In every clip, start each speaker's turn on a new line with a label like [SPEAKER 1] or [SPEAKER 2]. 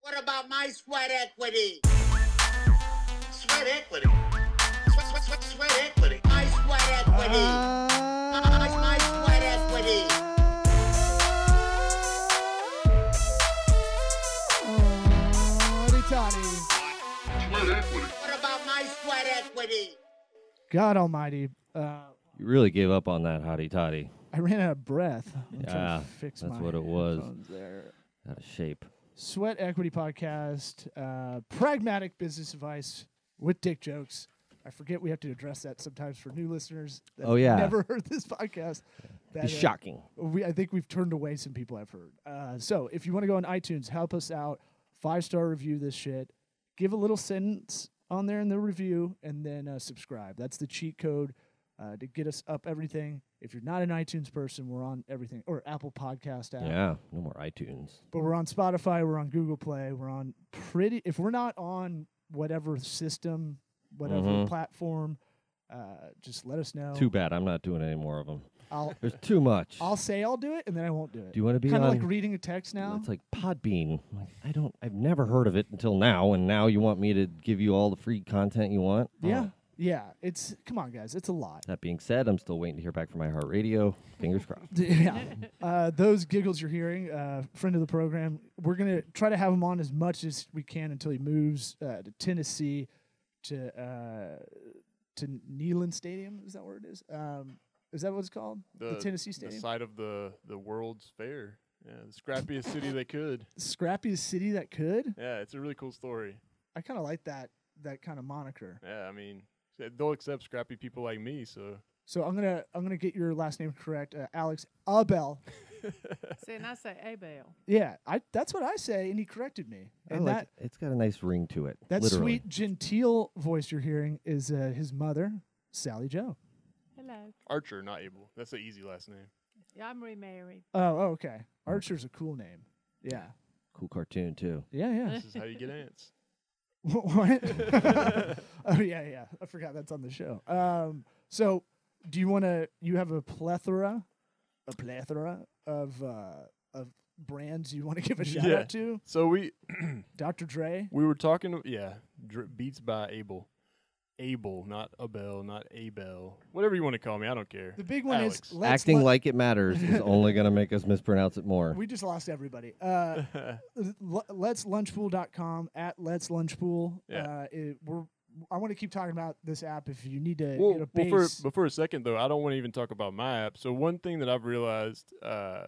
[SPEAKER 1] What about my sweat equity? Sweat equity. Sweat, sweat, sweat, sweat equity. My sweat equity. my, my sweat equity. What about my sweat equity?
[SPEAKER 2] God Almighty. Uh,
[SPEAKER 3] You really gave up on that hottie toddy.
[SPEAKER 2] I ran out of breath. I'm trying to
[SPEAKER 3] Yeah,
[SPEAKER 2] fix
[SPEAKER 3] that's
[SPEAKER 2] my
[SPEAKER 3] what it was.
[SPEAKER 2] headphones There.
[SPEAKER 3] Out of shape.
[SPEAKER 2] Sweat Equity Podcast, uh, pragmatic business advice with dick jokes. I forget we have to address that sometimes for new listeners. That
[SPEAKER 3] Oh, yeah.
[SPEAKER 2] never heard this podcast. That,
[SPEAKER 3] It's shocking.
[SPEAKER 2] we I think we've turned away some people I've heard. Uh, so if you want to go on iTunes, help us out. Five star review this shit. Give a little sentence on there in the review, and then uh, subscribe. That's the cheat code uh, to get us up everything. If you're not an iTunes person, we're on everything or Apple Podcast app.
[SPEAKER 3] Yeah. No more iTunes.
[SPEAKER 2] But we're on Spotify. We're on Google Play. We're on pretty. If we're not on whatever system, whatever
[SPEAKER 3] Mhm.
[SPEAKER 2] platform, uh, just let us know.
[SPEAKER 3] Too bad. I'm not doing any more of them.
[SPEAKER 2] I'll
[SPEAKER 3] There's too much.
[SPEAKER 2] I'll say I'll do it, and then I won't do it.
[SPEAKER 3] Do you want to be
[SPEAKER 2] kind of
[SPEAKER 3] on?
[SPEAKER 2] like reading a text now?
[SPEAKER 3] It's like Podbean. I'm Like, I don't. I've never heard of it until now, and now you want me to give you all the free content you want. Oh.
[SPEAKER 2] Yeah. Yeah. It's come on, guys. It's a lot.
[SPEAKER 3] That being said, I'm still waiting to hear back from iHeartRadio. Fingers crossed.
[SPEAKER 2] yeah. Uh, those giggles you're hearing, uh, friend of the program, we're gonna try to have him on as much as we can until he moves uh, to Tennessee, to uh, to Neyland Stadium. Is that where it is? Um, is that what it's called? Tennessee Stadium.
[SPEAKER 4] the site of the the World's Fair. Yeah, the scrappiest city they could.
[SPEAKER 2] Scrappiest city that could.
[SPEAKER 4] Yeah, it's a really cool story.
[SPEAKER 2] I kind of like that that kind of moniker.
[SPEAKER 4] Yeah, I mean, eh, they'll accept scrappy people like me. So
[SPEAKER 2] So I'm gonna I'm gonna get your last name correct, uh, Alex Abel.
[SPEAKER 5] See, and I say Abel.
[SPEAKER 2] Yeah, I that's what I say, and he corrected me.
[SPEAKER 3] I
[SPEAKER 2] And
[SPEAKER 3] like
[SPEAKER 2] that
[SPEAKER 3] it. it's got a nice ring to it.
[SPEAKER 2] That
[SPEAKER 3] literally.
[SPEAKER 2] sweet, genteel voice you're hearing is uh, his mother, Sally Joe.
[SPEAKER 5] Hello.
[SPEAKER 4] Archer, not Abel. That's an easy last name.
[SPEAKER 5] Yeah, I'm remarried.
[SPEAKER 2] Oh, oh, okay. Archer's a cool name. Yeah.
[SPEAKER 3] cool cartoon too.
[SPEAKER 2] Yeah, yeah.
[SPEAKER 4] This is how you get ants.
[SPEAKER 2] what? oh, yeah, yeah. I forgot that's on the show. Um, so, do you want to, you have a plethora, a plethora of, uh, of brands you want to give a shout
[SPEAKER 4] Yeah.
[SPEAKER 2] out to?
[SPEAKER 4] So we
[SPEAKER 2] Dr. Dre?
[SPEAKER 4] we were talking. to- Yeah, Dr- Beats by Abel. Abel, not Abel, not Abel. Whatever you want to call me, I don't care.
[SPEAKER 2] The big one
[SPEAKER 4] Alex.
[SPEAKER 2] is let's
[SPEAKER 3] Acting
[SPEAKER 2] let-
[SPEAKER 3] like it matters is only going to make us mispronounce it more.
[SPEAKER 2] we just lost everybody. Uh, l- let's lunchpool.com at let's lunchpool.
[SPEAKER 4] Yeah.
[SPEAKER 2] Uh, it, we're, I want to keep talking about this app if you need to get a
[SPEAKER 4] Well, well
[SPEAKER 2] base.
[SPEAKER 4] for, but for a second though, I don't want to even talk about my app. So one thing that I've realized uh,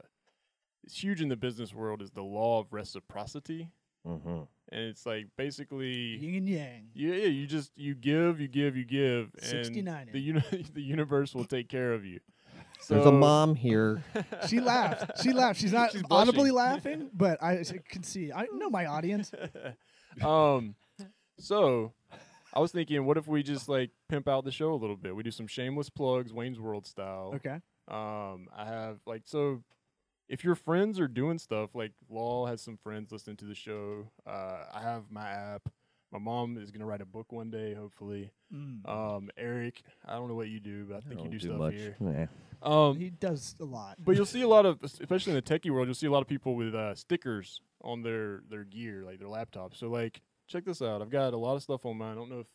[SPEAKER 4] is huge in the business world is the law of reciprocity,
[SPEAKER 3] hmm
[SPEAKER 4] and it's like basically,
[SPEAKER 2] yin and yang.
[SPEAKER 4] yeah, yeah you just you give, you give, you give, and
[SPEAKER 2] 69.
[SPEAKER 4] the uni- the universe will take care of you. So
[SPEAKER 3] There's a mom here.
[SPEAKER 2] She laughed. She laughed. She's not
[SPEAKER 4] She's
[SPEAKER 2] audibly
[SPEAKER 4] blushing.
[SPEAKER 2] laughing, but I s- can see. I know my audience.
[SPEAKER 4] um, so I was thinking, what if we just like pimp out the show a little bit? We do some shameless plugs, Wayne's World style.
[SPEAKER 2] Okay.
[SPEAKER 4] Um, I have like so. If your friends are doing stuff, like Lol has some friends listening to the show. Uh, I have my app. My mom is gonna write a book one day, hopefully.
[SPEAKER 2] Mm.
[SPEAKER 4] Um, Eric, I don't know what you do, but I think
[SPEAKER 3] don't
[SPEAKER 4] you do, stuff
[SPEAKER 3] much.
[SPEAKER 4] here.
[SPEAKER 3] Nah.
[SPEAKER 4] Um,
[SPEAKER 2] He does a lot.
[SPEAKER 4] but you'll see a lot of, especially in the techie world, you'll see a lot of people with uh, stickers on their their gear, like their laptops. So like, check this out. I've got a lot of stuff on mine. I don't know if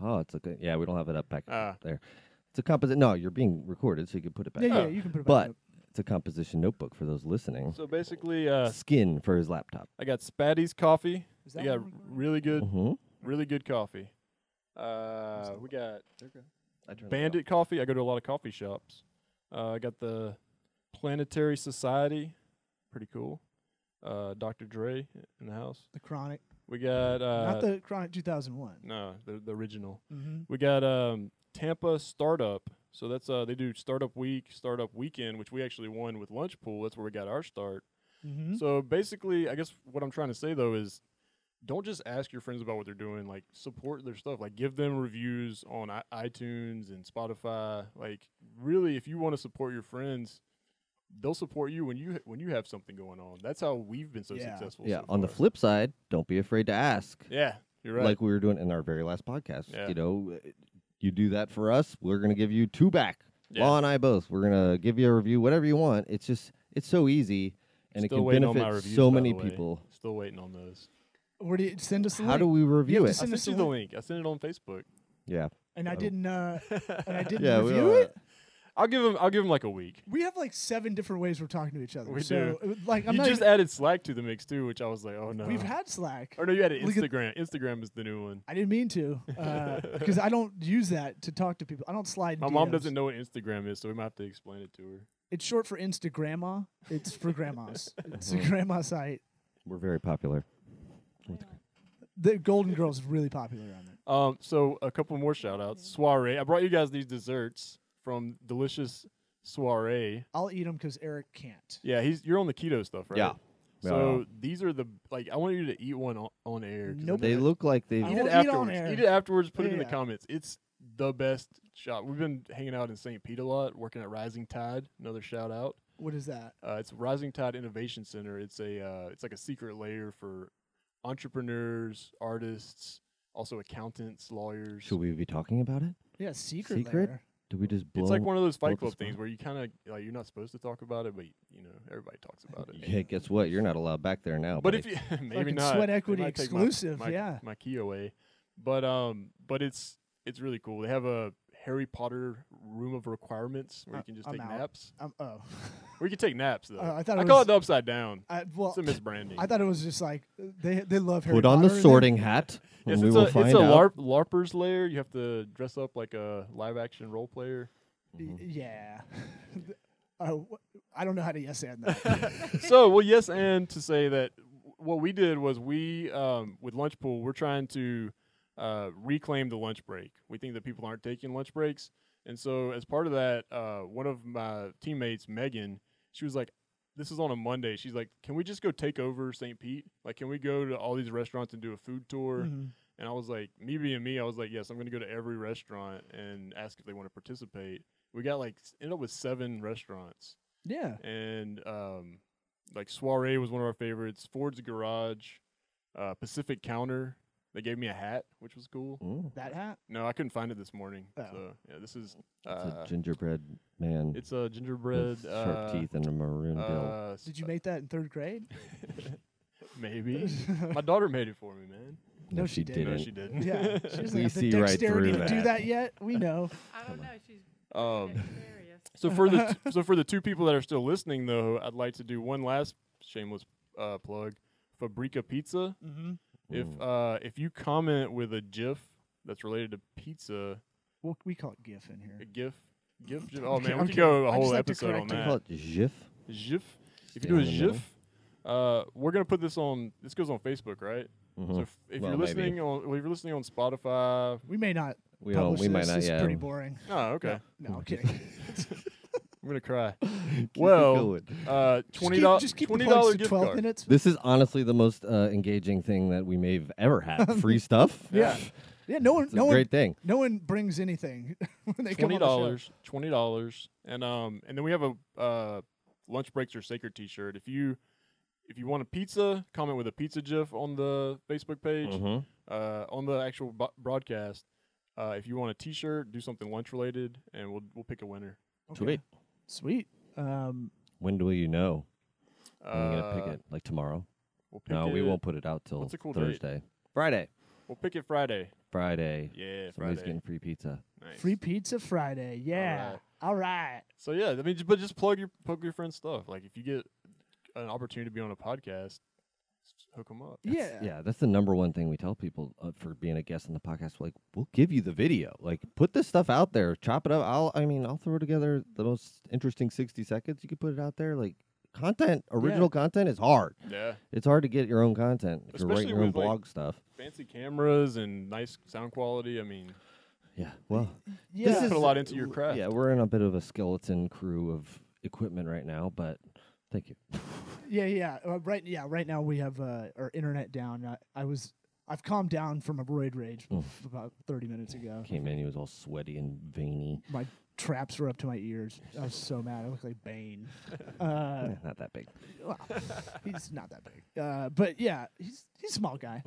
[SPEAKER 3] Oh, it's okay. Yeah, we don't have it up back
[SPEAKER 4] Ah.
[SPEAKER 3] there. It's a composite. No, you're being recorded, so you can put it back.
[SPEAKER 2] Yeah, yeah.
[SPEAKER 4] uh,
[SPEAKER 3] up.
[SPEAKER 2] You can put it back
[SPEAKER 3] But
[SPEAKER 2] up.
[SPEAKER 3] it's a composition notebook for those listening.
[SPEAKER 4] so. Basically, uh,
[SPEAKER 3] Skin for his laptop.
[SPEAKER 4] I got Spatty's coffee.
[SPEAKER 2] Is
[SPEAKER 4] I
[SPEAKER 2] that
[SPEAKER 4] got
[SPEAKER 2] one recorded?
[SPEAKER 4] really good
[SPEAKER 3] hmm
[SPEAKER 4] really good coffee. Uh, we got
[SPEAKER 3] I turned that
[SPEAKER 4] Bandit Coffee. I go to a lot of coffee shops. Uh, I got the Planetary Society, pretty cool. Uh, Dr. Dre in the house.
[SPEAKER 2] the chronic,
[SPEAKER 4] We got uh,
[SPEAKER 2] not the chronic 2001.
[SPEAKER 4] no the, the original.
[SPEAKER 2] hmm
[SPEAKER 4] We got um, Tampa Startup. So that's uh, they do Startup Week, Startup Weekend, which we actually won with Lunch Pool. That's where we got our start.
[SPEAKER 2] hmm
[SPEAKER 4] So basically, I guess what I'm trying to say though is don't just ask your friends about what they're doing, like support their stuff. Like give them reviews on i- iTunes and Spotify. Like really if you want to support your friends, they'll support you when you when you have something going on. That's how we've been so
[SPEAKER 2] Yeah.
[SPEAKER 4] successful.
[SPEAKER 3] Yeah.
[SPEAKER 4] so
[SPEAKER 3] On the
[SPEAKER 4] far.
[SPEAKER 3] flip side, don't be afraid to ask.
[SPEAKER 4] Yeah, you're right.
[SPEAKER 3] Like we were doing in our very last podcast.
[SPEAKER 4] Yeah.
[SPEAKER 3] You know, uh, you do that for us, we're gonna give you two back.
[SPEAKER 4] Yeah.
[SPEAKER 3] Law and I both. We're gonna give you a review, whatever you want. It's just it's so easy, and
[SPEAKER 4] Still
[SPEAKER 3] it can
[SPEAKER 4] waiting on
[SPEAKER 3] benefit
[SPEAKER 4] my reviews,
[SPEAKER 3] so
[SPEAKER 4] by
[SPEAKER 3] many
[SPEAKER 4] the way.
[SPEAKER 3] people.
[SPEAKER 4] still waiting on those.
[SPEAKER 2] Where do you send us? The
[SPEAKER 3] How do
[SPEAKER 2] link?
[SPEAKER 3] we review
[SPEAKER 2] to
[SPEAKER 3] it?
[SPEAKER 4] I
[SPEAKER 2] Send us
[SPEAKER 4] sent you
[SPEAKER 2] a
[SPEAKER 4] the link. I sent it on Facebook.
[SPEAKER 3] Yeah.
[SPEAKER 2] And I
[SPEAKER 3] Oh.
[SPEAKER 2] didn't. Uh, and I didn't
[SPEAKER 3] Yeah, we
[SPEAKER 2] review
[SPEAKER 3] are-
[SPEAKER 2] it.
[SPEAKER 4] I'll give him. I'll give him like a week.
[SPEAKER 2] We have like seven different ways we're talking to each other.
[SPEAKER 4] We
[SPEAKER 2] so, Like I'm
[SPEAKER 4] you
[SPEAKER 2] not.
[SPEAKER 4] just
[SPEAKER 2] even-
[SPEAKER 4] added Slack to the mix too, which I was like, oh no.
[SPEAKER 2] we've had Slack.
[SPEAKER 4] Or no, you added
[SPEAKER 2] Look at-
[SPEAKER 4] Instagram. Instagram is the new one.
[SPEAKER 2] I didn't mean to, because I don't use that to talk to people. I don't slide.
[SPEAKER 4] My mom
[SPEAKER 2] DMs.
[SPEAKER 4] doesn't know what Instagram is, so we might have to explain it to her.
[SPEAKER 2] It's short for Instagramma. It's for grandmas. it's a grandma site.
[SPEAKER 3] We're very popular.
[SPEAKER 2] The Golden Girls is really popular on it.
[SPEAKER 4] Um, so a couple more shout outs. Soiree. I brought you guys these desserts from Delicious Soiree.
[SPEAKER 2] I'll eat them because Eric can't.
[SPEAKER 4] Yeah, he's you're on the keto stuff, right?
[SPEAKER 3] Yeah. Yeah,
[SPEAKER 4] So
[SPEAKER 3] yeah.
[SPEAKER 4] these are the like I want you to eat one on, on air. 'cause I'm
[SPEAKER 2] Nope.
[SPEAKER 4] gonna-
[SPEAKER 3] They look like they've.
[SPEAKER 2] I
[SPEAKER 4] Eat
[SPEAKER 2] won't
[SPEAKER 4] it
[SPEAKER 2] eat on
[SPEAKER 4] afterwards.
[SPEAKER 2] air.
[SPEAKER 4] Eat it afterwards. Put it in the
[SPEAKER 2] Yeah.
[SPEAKER 4] comments. It's the best shop. We've been hanging out in St. Pete a lot, working at Rising Tide. Another shout out.
[SPEAKER 2] What is that?
[SPEAKER 4] Uh, it's Rising Tide Innovation Center. It's a uh, it's like a secret layer for entrepreneurs, artists, also accountants, lawyers.
[SPEAKER 3] Should we be talking about it?
[SPEAKER 2] Yeah, secret.
[SPEAKER 3] Secret?
[SPEAKER 2] layer.
[SPEAKER 3] Do we just blow?
[SPEAKER 4] It's like one of those
[SPEAKER 3] blow
[SPEAKER 4] Fight
[SPEAKER 3] up the
[SPEAKER 4] Club things
[SPEAKER 3] spot?
[SPEAKER 4] where you kind of like you're not supposed to talk about it, but you know everybody talks about it.
[SPEAKER 3] Yeah, guess what? You're not allowed back there now.
[SPEAKER 4] But
[SPEAKER 3] buddy.
[SPEAKER 4] if you maybe
[SPEAKER 2] Fucking
[SPEAKER 4] not
[SPEAKER 2] sweat
[SPEAKER 4] They
[SPEAKER 2] equity
[SPEAKER 4] might take my-
[SPEAKER 2] exclusive,
[SPEAKER 4] my,
[SPEAKER 2] yeah.
[SPEAKER 4] my key away. But um, but it's it's really cool. They have a Harry Potter room of requirements where
[SPEAKER 2] Uh,
[SPEAKER 4] you can just
[SPEAKER 2] I'm
[SPEAKER 4] take
[SPEAKER 2] out.
[SPEAKER 4] naps.
[SPEAKER 2] Um, oh,
[SPEAKER 4] Or you can take naps though.
[SPEAKER 2] Uh, I thought it
[SPEAKER 4] call
[SPEAKER 2] was-
[SPEAKER 4] it the upside down.
[SPEAKER 2] I, well,
[SPEAKER 4] It's a misbranding.
[SPEAKER 2] I thought it was just like uh, they they love Harry
[SPEAKER 3] put on the
[SPEAKER 2] Potter and
[SPEAKER 3] sorting hat,
[SPEAKER 4] Yes,
[SPEAKER 3] and we
[SPEAKER 4] it's
[SPEAKER 3] will
[SPEAKER 4] a,
[SPEAKER 3] find
[SPEAKER 4] it's a
[SPEAKER 3] out.
[SPEAKER 4] LARP, LARPer's layer. You have to dress up like a live action role player.
[SPEAKER 2] then-
[SPEAKER 3] Mm-hmm.
[SPEAKER 2] y- Yeah. Uh, wh- I don't know how to yes and that.
[SPEAKER 4] so, well, yes, and to say that w- what we did was we, um, with Lunch Pool, we're trying to uh, reclaim the lunch break. We think that people aren't taking lunch breaks. And so, as part of that, uh, one of my teammates, Megan, she was like, this is on a Monday. She's like, can we just go take over St. Pete? Like, can we go to all these restaurants and do a food tour?
[SPEAKER 3] Mm-hmm.
[SPEAKER 2] Mm-hmm.
[SPEAKER 4] And I was like, me being me, I was like, yes, I'm going to go to every restaurant and ask if they want to participate. We got like, s- ended up with seven restaurants
[SPEAKER 2] yeah.
[SPEAKER 4] and um, like Soiree was one of our favorites. Ford's Garage, uh, Pacific Counter. They gave me a hat, which was cool.
[SPEAKER 3] Mm,
[SPEAKER 2] That hat.
[SPEAKER 4] No, I couldn't find it this morning.
[SPEAKER 2] Oh.
[SPEAKER 4] So yeah, this is
[SPEAKER 3] it's
[SPEAKER 4] uh,
[SPEAKER 3] a gingerbread man
[SPEAKER 4] it's a gingerbread.
[SPEAKER 3] with
[SPEAKER 4] uh,
[SPEAKER 3] sharp teeth and a maroon bill.
[SPEAKER 4] uh, s-
[SPEAKER 2] Did you make that in third grade?
[SPEAKER 4] maybe? My daughter made it for me, man.
[SPEAKER 2] no, she didn't.
[SPEAKER 4] No,
[SPEAKER 2] Didn't.
[SPEAKER 4] she didn't.
[SPEAKER 2] Yeah. She doesn't
[SPEAKER 3] We
[SPEAKER 2] have the
[SPEAKER 3] see right
[SPEAKER 2] dexterity
[SPEAKER 3] through
[SPEAKER 2] to do
[SPEAKER 3] that.
[SPEAKER 2] that yet. We know.
[SPEAKER 5] I don't know. She's
[SPEAKER 4] um,
[SPEAKER 5] dexterous.
[SPEAKER 4] So for the so for the two people that are still listening, though, I'd like to do one last shameless uh, plug. Fabrica Pizza.
[SPEAKER 2] Mm-hmm.
[SPEAKER 4] If uh, if you comment with a GIF that's related to pizza,
[SPEAKER 2] We'll, we call it GIF in here.
[SPEAKER 4] a GIF, GIF. GIF. Oh
[SPEAKER 2] Okay,
[SPEAKER 4] man, we
[SPEAKER 2] okay.
[SPEAKER 4] could go a
[SPEAKER 2] I just
[SPEAKER 4] whole
[SPEAKER 2] like to
[SPEAKER 4] episode on
[SPEAKER 2] correct
[SPEAKER 3] They call
[SPEAKER 4] that.
[SPEAKER 3] it GIF.
[SPEAKER 4] GIF. If
[SPEAKER 3] Stay
[SPEAKER 4] you do
[SPEAKER 3] out
[SPEAKER 4] a
[SPEAKER 3] of the middle.
[SPEAKER 4] GIF, uh, we're gonna put this on. This goes on Facebook, right? So
[SPEAKER 3] Mhm.
[SPEAKER 4] if, if
[SPEAKER 3] Well,
[SPEAKER 4] you're
[SPEAKER 3] maybe.
[SPEAKER 4] listening on, well, if you're listening on Spotify.
[SPEAKER 2] We may not.
[SPEAKER 3] We don't-
[SPEAKER 2] publish
[SPEAKER 3] we
[SPEAKER 2] this.
[SPEAKER 3] might not,
[SPEAKER 2] It's
[SPEAKER 3] yeah.
[SPEAKER 2] pretty boring.
[SPEAKER 4] Oh, okay.
[SPEAKER 2] No, I'm kidding.
[SPEAKER 4] I'm gonna cry.
[SPEAKER 3] Keep it
[SPEAKER 4] well,
[SPEAKER 3] going.
[SPEAKER 4] uh, twenty
[SPEAKER 2] Just keep-
[SPEAKER 4] dollars.
[SPEAKER 2] Just keep the
[SPEAKER 4] twenty
[SPEAKER 2] plugs
[SPEAKER 4] dollar
[SPEAKER 2] to
[SPEAKER 4] gift
[SPEAKER 2] 12
[SPEAKER 4] card.
[SPEAKER 2] minutes.
[SPEAKER 3] This is honestly the most uh, engaging thing that we may have ever had. Free stuff.
[SPEAKER 2] Yeah. Yeah. No one.
[SPEAKER 3] It's
[SPEAKER 2] No
[SPEAKER 3] a
[SPEAKER 2] one.
[SPEAKER 3] great thing.
[SPEAKER 2] No one brings anything when they come
[SPEAKER 4] twenty
[SPEAKER 2] on the show.
[SPEAKER 4] dollars, twenty dollars, and um, and then we have a uh, lunch breaks or sacred T-shirt. If you if you want a pizza, comment with a pizza GIF on the Facebook page,
[SPEAKER 3] Mhm.
[SPEAKER 4] uh, on the actual bo- broadcast. Uh, if you want a T-shirt, do something lunch related, and we'll we'll pick a winner.
[SPEAKER 2] Okay.
[SPEAKER 3] Sweet.
[SPEAKER 2] Sweet. Um,
[SPEAKER 3] When do you know?
[SPEAKER 4] Uh,
[SPEAKER 3] When are you gonna pick it? Like tomorrow?
[SPEAKER 4] We'll pick
[SPEAKER 3] No, we
[SPEAKER 4] it-
[SPEAKER 3] won't put it out till
[SPEAKER 4] What's a cool date?
[SPEAKER 3] Thursday. Friday.
[SPEAKER 4] We'll pick it Friday.
[SPEAKER 3] Friday.
[SPEAKER 4] Yeah,
[SPEAKER 3] Somebody's
[SPEAKER 4] Friday.
[SPEAKER 3] getting free pizza.
[SPEAKER 4] Nice.
[SPEAKER 2] free pizza Friday. Yeah. All right.
[SPEAKER 4] So yeah, I mean, j- but just plug your plug your friend's stuff. Like if you get an opportunity to be on a podcast, s- hook them up.
[SPEAKER 2] Yeah.
[SPEAKER 3] Yeah, that's the number one thing we tell people uh, for being a guest on the podcast. Like, we'll give you the video. Like, put this stuff out there. Chop it up. I'll. I mean, I'll throw together the most interesting sixty seconds. You could put it out there. Like, content, original content is hard.
[SPEAKER 4] Yeah.
[SPEAKER 3] It's hard to get your own content if you're writing
[SPEAKER 4] Especially
[SPEAKER 3] your own
[SPEAKER 4] with, like-
[SPEAKER 3] blog stuff.
[SPEAKER 4] fancy cameras and nice sound quality. I mean,
[SPEAKER 3] Yeah. Well,
[SPEAKER 2] Yeah.
[SPEAKER 4] This is- Put a lot into your craft.
[SPEAKER 3] Yeah, we're in a bit of a skeleton crew of equipment right now, but thank you.
[SPEAKER 2] yeah. Yeah. Uh, right. Yeah. Right now we have uh, our internet down. I, I was. I've calmed down from a roid rage
[SPEAKER 3] Mm.
[SPEAKER 2] about 30 minutes ago.
[SPEAKER 3] Came in, he was all sweaty and veiny.
[SPEAKER 2] My traps were up to my ears. I was so mad. I looked like Bane. Uh,
[SPEAKER 3] Eh, Not that big.
[SPEAKER 2] well, he's not that big. Uh, but yeah, he's he's a small guy.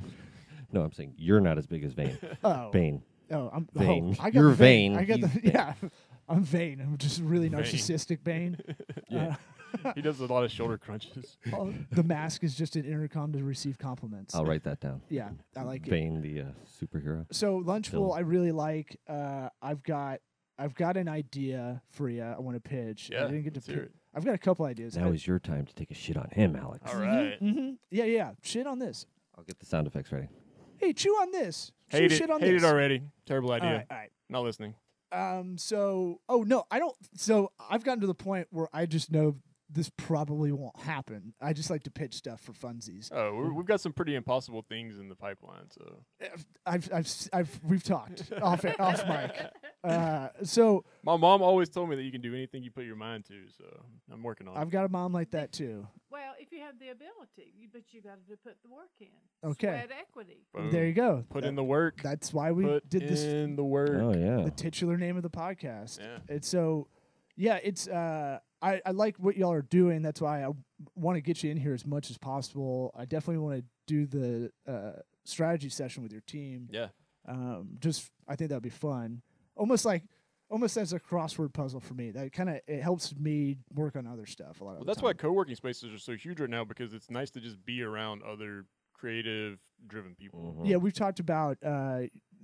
[SPEAKER 3] No, I'm saying you're not as big as Vane.
[SPEAKER 2] Oh,
[SPEAKER 3] Vane.
[SPEAKER 2] Oh, I'm oh,
[SPEAKER 3] Vain.
[SPEAKER 2] I got
[SPEAKER 3] You're
[SPEAKER 2] the vain.
[SPEAKER 3] vain.
[SPEAKER 2] I got
[SPEAKER 3] He's
[SPEAKER 2] the
[SPEAKER 3] vain.
[SPEAKER 2] yeah. I'm vain. I'm just really narcissistic vain.
[SPEAKER 3] Yeah.
[SPEAKER 2] Uh,
[SPEAKER 4] he does a lot of shoulder crunches.
[SPEAKER 2] Oh, the mask is just an intercom to receive compliments.
[SPEAKER 3] I'll write that down.
[SPEAKER 2] Yeah, I like it.
[SPEAKER 3] Bane, the uh, superhero.
[SPEAKER 2] So Lunchful,
[SPEAKER 3] Film.
[SPEAKER 2] I really like. Uh, I've got, I've got an idea for you. I want to pitch.
[SPEAKER 4] Yeah,
[SPEAKER 2] I didn't get to.
[SPEAKER 4] let's hear
[SPEAKER 2] pi-
[SPEAKER 4] it.
[SPEAKER 2] Now I've got a couple ideas.
[SPEAKER 3] Now is your time to take a shit on him, Alex.
[SPEAKER 4] All right.
[SPEAKER 2] hmm Yeah, yeah. Shit on this.
[SPEAKER 3] I'll get the sound effects ready.
[SPEAKER 2] Hey, chew on this. Chew
[SPEAKER 4] Hate it.
[SPEAKER 2] shit on
[SPEAKER 4] Hate
[SPEAKER 2] this.
[SPEAKER 4] it already. Terrible idea.
[SPEAKER 2] All right, all right.
[SPEAKER 4] Not listening.
[SPEAKER 2] Um. So, oh no, I don't. So I've gotten to the point where I just know this probably won't happen. I just like to pitch stuff for funsies.
[SPEAKER 4] Oh, we're, we've got some pretty impossible things in the pipeline. So
[SPEAKER 2] I've, I've, s- I've, we've talked off, air- off mic. Uh, so
[SPEAKER 4] my mom always told me that you can do anything you put your mind to. So I'm working on it.
[SPEAKER 2] I've got a mom like that too.
[SPEAKER 5] Well, if you have the ability, you, but you got to put the work in.
[SPEAKER 2] Okay.
[SPEAKER 5] Sweat equity.
[SPEAKER 4] Boom.
[SPEAKER 2] There you go.
[SPEAKER 4] Put
[SPEAKER 2] That-
[SPEAKER 4] in the work.
[SPEAKER 2] That's why we
[SPEAKER 4] Put
[SPEAKER 2] did this.
[SPEAKER 4] in the work.
[SPEAKER 3] Oh yeah.
[SPEAKER 2] The titular name of the podcast.
[SPEAKER 4] Yeah.
[SPEAKER 2] It's so, yeah. It's uh, I, I like what y'all are doing. That's why I want to get you in here as much as possible. I definitely want to do the uh, strategy session with your team.
[SPEAKER 4] Yeah.
[SPEAKER 2] Um, just I think that'd be fun. Almost like, almost as a crossword puzzle for me. That kind of it helps me work on other stuff a lot of. the
[SPEAKER 4] Well, that's
[SPEAKER 2] time.
[SPEAKER 4] why co-working spaces are so huge right now because it's nice to just be around other creative-driven people.
[SPEAKER 3] Mhm.
[SPEAKER 2] Yeah, we've talked about uh,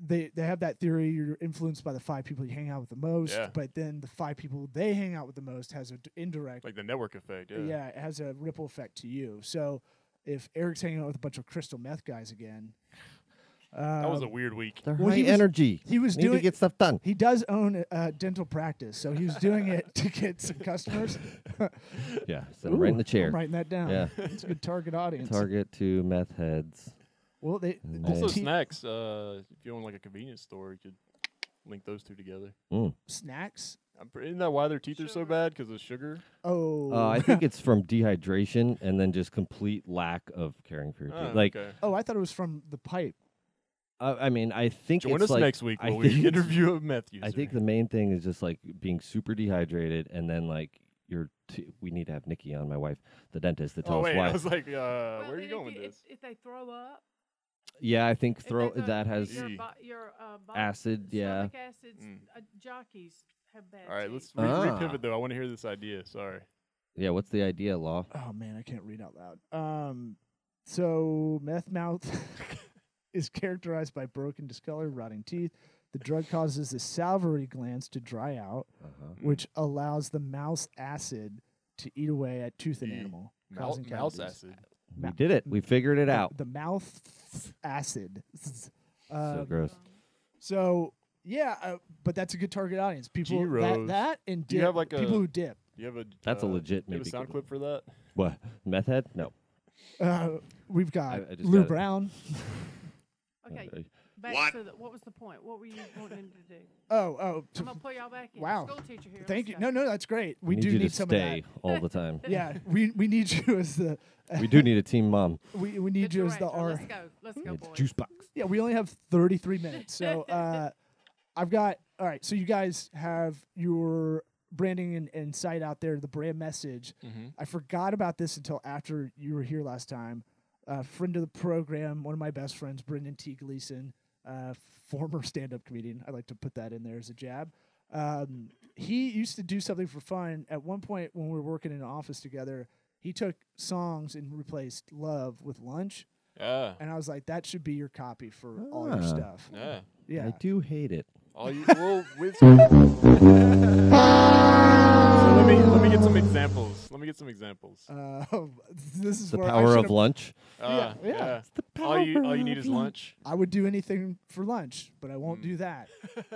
[SPEAKER 2] they they have that theory you're influenced by the five people you hang out with the most,
[SPEAKER 4] Yeah.
[SPEAKER 2] but then the five people they hang out with the most has an indirect
[SPEAKER 4] Like the network effect. Yeah.
[SPEAKER 2] yeah. it has a ripple effect to you. So if Eric's hanging out with a bunch of crystal meth guys again,
[SPEAKER 4] That was a
[SPEAKER 2] um,
[SPEAKER 4] weird week.
[SPEAKER 3] They're
[SPEAKER 2] Well,
[SPEAKER 3] high
[SPEAKER 2] he was-
[SPEAKER 3] energy.
[SPEAKER 2] he was
[SPEAKER 3] Need
[SPEAKER 2] doing-
[SPEAKER 3] to get stuff done.
[SPEAKER 2] he does own a, a dental practice, so he was doing it to get some customers.
[SPEAKER 3] Yeah. Sit him right in
[SPEAKER 2] Ooh,
[SPEAKER 3] the chair.
[SPEAKER 2] I'm writing that down.
[SPEAKER 3] Yeah.
[SPEAKER 2] it's a good target audience.
[SPEAKER 3] Target to meth heads.
[SPEAKER 2] Well, they
[SPEAKER 3] And
[SPEAKER 4] Also,
[SPEAKER 3] then-
[SPEAKER 2] Tea-
[SPEAKER 4] snacks. Uh, if you own like a convenience store, you could link those two together.
[SPEAKER 2] snacks.
[SPEAKER 4] I'm pre- isn't that why their teeth are so
[SPEAKER 5] Sugar.
[SPEAKER 4] bad? Because of sugar.
[SPEAKER 2] Oh,
[SPEAKER 3] Uh, I think it's from dehydration and then just complete lack of caring for your teeth.
[SPEAKER 4] Oh,
[SPEAKER 3] like,
[SPEAKER 4] okay.
[SPEAKER 2] oh, I thought it was from the pipe.
[SPEAKER 3] uh, I mean, I think
[SPEAKER 4] join
[SPEAKER 3] it's
[SPEAKER 4] us
[SPEAKER 3] like-
[SPEAKER 4] next week
[SPEAKER 3] I
[SPEAKER 4] when we
[SPEAKER 3] think it's-
[SPEAKER 4] interview a meth user.
[SPEAKER 3] I think the main thing is just like being super dehydrated and then like your t- we need to have Nikki on my wife, the dentist, to tell
[SPEAKER 4] Oh
[SPEAKER 3] us
[SPEAKER 4] wait,
[SPEAKER 3] why.
[SPEAKER 4] I was like, uh,
[SPEAKER 5] Well,
[SPEAKER 4] where are
[SPEAKER 5] then
[SPEAKER 4] you
[SPEAKER 5] if
[SPEAKER 4] going with
[SPEAKER 5] you-
[SPEAKER 4] this?
[SPEAKER 5] If, if they throw up,
[SPEAKER 3] yeah, I think
[SPEAKER 5] if they
[SPEAKER 3] throw
[SPEAKER 5] throw-
[SPEAKER 3] that has
[SPEAKER 5] your,
[SPEAKER 4] Gee.
[SPEAKER 5] bo- your uh, bo-
[SPEAKER 3] acid. Yeah,
[SPEAKER 5] stomach acids,
[SPEAKER 4] Mm.
[SPEAKER 5] uh, jockeys have bad.
[SPEAKER 4] All right,
[SPEAKER 5] teeth.
[SPEAKER 4] let's re-
[SPEAKER 3] Ah.
[SPEAKER 4] repivot though. I want to hear this idea. Sorry.
[SPEAKER 3] yeah. What's the idea, Law?
[SPEAKER 2] Oh man, I can't read out loud. Um, so meth mouth is characterized by broken, discolored, rotting teeth. The drug causes the salivary glands to dry out,
[SPEAKER 3] Uh-huh.
[SPEAKER 4] Hmm.
[SPEAKER 2] which allows the mouse acid to eat away at tooth and
[SPEAKER 4] Eee.
[SPEAKER 2] enamel,
[SPEAKER 4] Mm. Mou-
[SPEAKER 2] causing
[SPEAKER 4] Mouse
[SPEAKER 2] cavities.
[SPEAKER 4] acid.
[SPEAKER 3] We
[SPEAKER 2] Ma-
[SPEAKER 3] did it. We figured it
[SPEAKER 2] The-
[SPEAKER 3] out.
[SPEAKER 2] The, mouth acid.
[SPEAKER 3] so
[SPEAKER 2] Um,
[SPEAKER 3] gross.
[SPEAKER 2] so yeah, uh, but that's a good target audience. People that,
[SPEAKER 4] G-Rose.
[SPEAKER 2] that and
[SPEAKER 4] Do you
[SPEAKER 2] dip,
[SPEAKER 4] have, like,
[SPEAKER 2] people
[SPEAKER 4] a-
[SPEAKER 2] who dip.
[SPEAKER 4] You have a
[SPEAKER 3] That's a
[SPEAKER 4] uh,
[SPEAKER 3] legit
[SPEAKER 4] You have
[SPEAKER 3] maybe
[SPEAKER 4] a sound
[SPEAKER 3] good
[SPEAKER 4] clip for that?
[SPEAKER 3] What meth head? No.
[SPEAKER 2] Uh, we've got
[SPEAKER 3] I just
[SPEAKER 2] Lou
[SPEAKER 3] got it.
[SPEAKER 2] Brown.
[SPEAKER 5] Okay,
[SPEAKER 3] Uh,
[SPEAKER 5] back
[SPEAKER 1] What?
[SPEAKER 5] to the, what was the point? What were you wanting him to do?
[SPEAKER 2] Oh, oh, t-
[SPEAKER 5] I'm gonna pull y'all back in.
[SPEAKER 2] Wow.
[SPEAKER 5] School teacher here.
[SPEAKER 2] thank
[SPEAKER 5] let's
[SPEAKER 2] you.
[SPEAKER 5] go.
[SPEAKER 2] No, no, that's great. We
[SPEAKER 3] need
[SPEAKER 2] do
[SPEAKER 3] you
[SPEAKER 2] need
[SPEAKER 3] to
[SPEAKER 2] some of that.
[SPEAKER 3] stay all the time.
[SPEAKER 2] yeah, we we need you as the uh,
[SPEAKER 3] we do need a team mom.
[SPEAKER 2] we, we
[SPEAKER 5] Good
[SPEAKER 2] need you as the
[SPEAKER 5] director.
[SPEAKER 2] R.
[SPEAKER 5] Let's go. Let's go,
[SPEAKER 3] It's
[SPEAKER 5] boys.
[SPEAKER 3] juice box.
[SPEAKER 2] Yeah, we only have 33 minutes. So, uh I've got All right, so you guys have your branding and, and site out there, the brand message.
[SPEAKER 4] Mm-hmm.
[SPEAKER 2] I forgot about this until after you were here last time. Uh, friend of the program, one of my best friends, Brendan T. Gleason, uh, former stand-up comedian. I like to put that in there as a jab. Um, he used to do something for fun. At one point, when we were working in an office together, he took songs and replaced "Love" with "Lunch,"
[SPEAKER 4] Yeah.
[SPEAKER 2] and I was like, "That should be your copy for all your
[SPEAKER 3] Ah.
[SPEAKER 2] stuff."
[SPEAKER 4] Yeah.
[SPEAKER 2] Yeah,
[SPEAKER 3] I do hate it.
[SPEAKER 4] All you well with. so let me let me get some examples. Let me get some examples.
[SPEAKER 2] uh, this is
[SPEAKER 3] The
[SPEAKER 2] where I
[SPEAKER 3] power of
[SPEAKER 2] should've-
[SPEAKER 3] lunch.
[SPEAKER 4] Uh,
[SPEAKER 2] yeah.
[SPEAKER 4] All you all you need is lunch.
[SPEAKER 2] I would do anything for lunch, but I won't
[SPEAKER 4] Mm.
[SPEAKER 2] do that.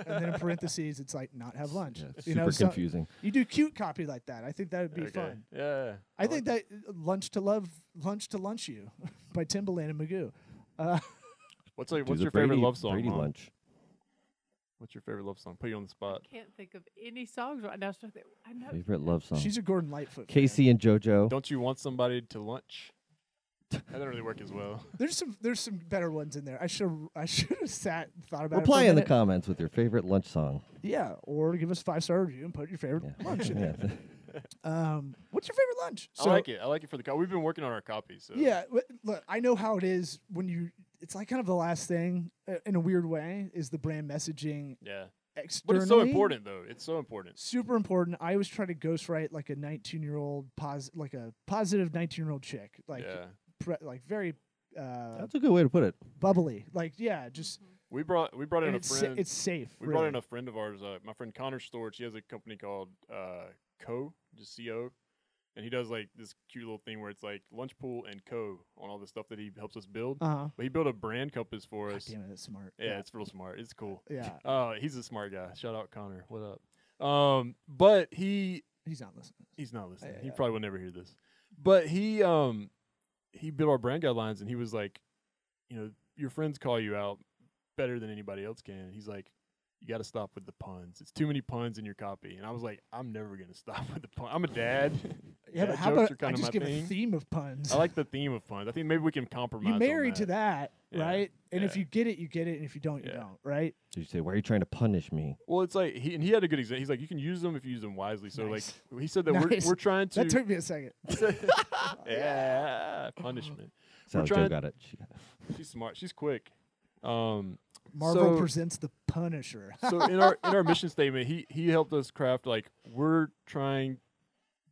[SPEAKER 2] and then in parentheses, it's like not have lunch.
[SPEAKER 3] Yeah, super
[SPEAKER 2] you know, so-
[SPEAKER 3] confusing.
[SPEAKER 2] you do cute copy like that. I think that would be
[SPEAKER 4] Okay.
[SPEAKER 2] fun.
[SPEAKER 4] Yeah.
[SPEAKER 2] I think that uh, lunch to love, lunch to lunch you, by Timbaland and Magoo. Uh,
[SPEAKER 4] What's like,
[SPEAKER 3] Do
[SPEAKER 4] what's
[SPEAKER 3] the
[SPEAKER 4] your favorite
[SPEAKER 3] Brady-
[SPEAKER 4] love song?
[SPEAKER 3] Brady
[SPEAKER 4] Mom?
[SPEAKER 3] lunch.
[SPEAKER 4] What's your favorite love song? Put you on the spot.
[SPEAKER 5] Can't think of any songs right now. So I think- I know.
[SPEAKER 3] Favorite love song.
[SPEAKER 2] she's a Gordon Lightfoot. fan.
[SPEAKER 3] Oh. Casey and JoJo.
[SPEAKER 4] Don't you want somebody to lunch? That doesn't really work as well.
[SPEAKER 2] There's some there's some better ones in there. I should I should have sat and thought about it. for a
[SPEAKER 3] Reply in the
[SPEAKER 2] minute.
[SPEAKER 3] comments with your favorite lunch song.
[SPEAKER 2] Yeah, or give us five star review and put your favorite
[SPEAKER 3] Yeah.
[SPEAKER 2] lunch in there.
[SPEAKER 3] Yeah.
[SPEAKER 2] Um, what's your favorite lunch? So
[SPEAKER 4] I like it. I like it for the co- We've been working on our copies. So.
[SPEAKER 2] Yeah, w- look, I know how it is when you. It's like kind of the last thing uh, in a weird way is the brand messaging
[SPEAKER 4] Yeah. But
[SPEAKER 2] externally.
[SPEAKER 4] it's so important though. It's so important.
[SPEAKER 2] Super important. I always try to ghostwrite like a 19 year old, pos- like a positive 19 year old chick, like
[SPEAKER 4] yeah.
[SPEAKER 2] pre- like very uh,
[SPEAKER 3] That's a good way to put it.
[SPEAKER 2] bubbly. Like yeah, just
[SPEAKER 4] We brought we brought in
[SPEAKER 2] and
[SPEAKER 4] a
[SPEAKER 2] it's, sa-
[SPEAKER 4] friend.
[SPEAKER 2] it's safe.
[SPEAKER 4] we brought in
[SPEAKER 2] really.
[SPEAKER 4] a friend of ours, uh, my friend Connor Storch. He has a company called uh, Co, just Co, and he does like this cute little thing where it's like lunch pool and Co on all the stuff that he helps us build.
[SPEAKER 2] Uh-huh.
[SPEAKER 4] But he built a brand compass for
[SPEAKER 2] God
[SPEAKER 4] us.
[SPEAKER 2] damn it, that's smart.
[SPEAKER 4] Yeah, it's real smart. It's cool.
[SPEAKER 2] yeah.
[SPEAKER 4] Uh, he's a smart guy. Shout out Connor. What up? Um, but he
[SPEAKER 2] He's not listening.
[SPEAKER 4] He's not listening.
[SPEAKER 2] yeah,
[SPEAKER 4] he
[SPEAKER 2] yeah.
[SPEAKER 4] probably will never hear this. But he um he built our brand guidelines and he was like, you know, your friends call you out better than anybody else can. He's like, you got to stop with the puns. It's too many puns in your copy. And I was like, I'm never going to stop with the pun. I'm a dad.
[SPEAKER 2] Yeah,
[SPEAKER 4] Dad
[SPEAKER 2] but how about
[SPEAKER 4] jokes are
[SPEAKER 2] I
[SPEAKER 4] kinda
[SPEAKER 2] just
[SPEAKER 4] my
[SPEAKER 2] give a
[SPEAKER 4] thing.
[SPEAKER 2] theme of puns?
[SPEAKER 4] I like the theme of puns. I think maybe we can compromise.
[SPEAKER 2] you
[SPEAKER 4] on
[SPEAKER 2] marry to that,
[SPEAKER 4] Yeah,
[SPEAKER 2] right? And if
[SPEAKER 4] yeah.
[SPEAKER 2] you get it, you get it, and if you don't, you
[SPEAKER 4] Yeah.
[SPEAKER 2] don't, right?
[SPEAKER 3] So you say, why are you trying to punish me?
[SPEAKER 4] Well, it's like he and he had a good example. He's like, you can use them if you use them wisely. So
[SPEAKER 2] Nice.
[SPEAKER 4] like he said that
[SPEAKER 2] Nice.
[SPEAKER 4] we're we're trying to
[SPEAKER 2] That took me a second.
[SPEAKER 4] yeah punishment.
[SPEAKER 3] So Joe
[SPEAKER 4] trying-
[SPEAKER 3] got it. She got it.
[SPEAKER 4] She's smart. She's quick. Um,
[SPEAKER 2] Marvel
[SPEAKER 4] So-
[SPEAKER 2] presents the Punisher.
[SPEAKER 4] so in our in our mission statement, he he helped us craft like we're trying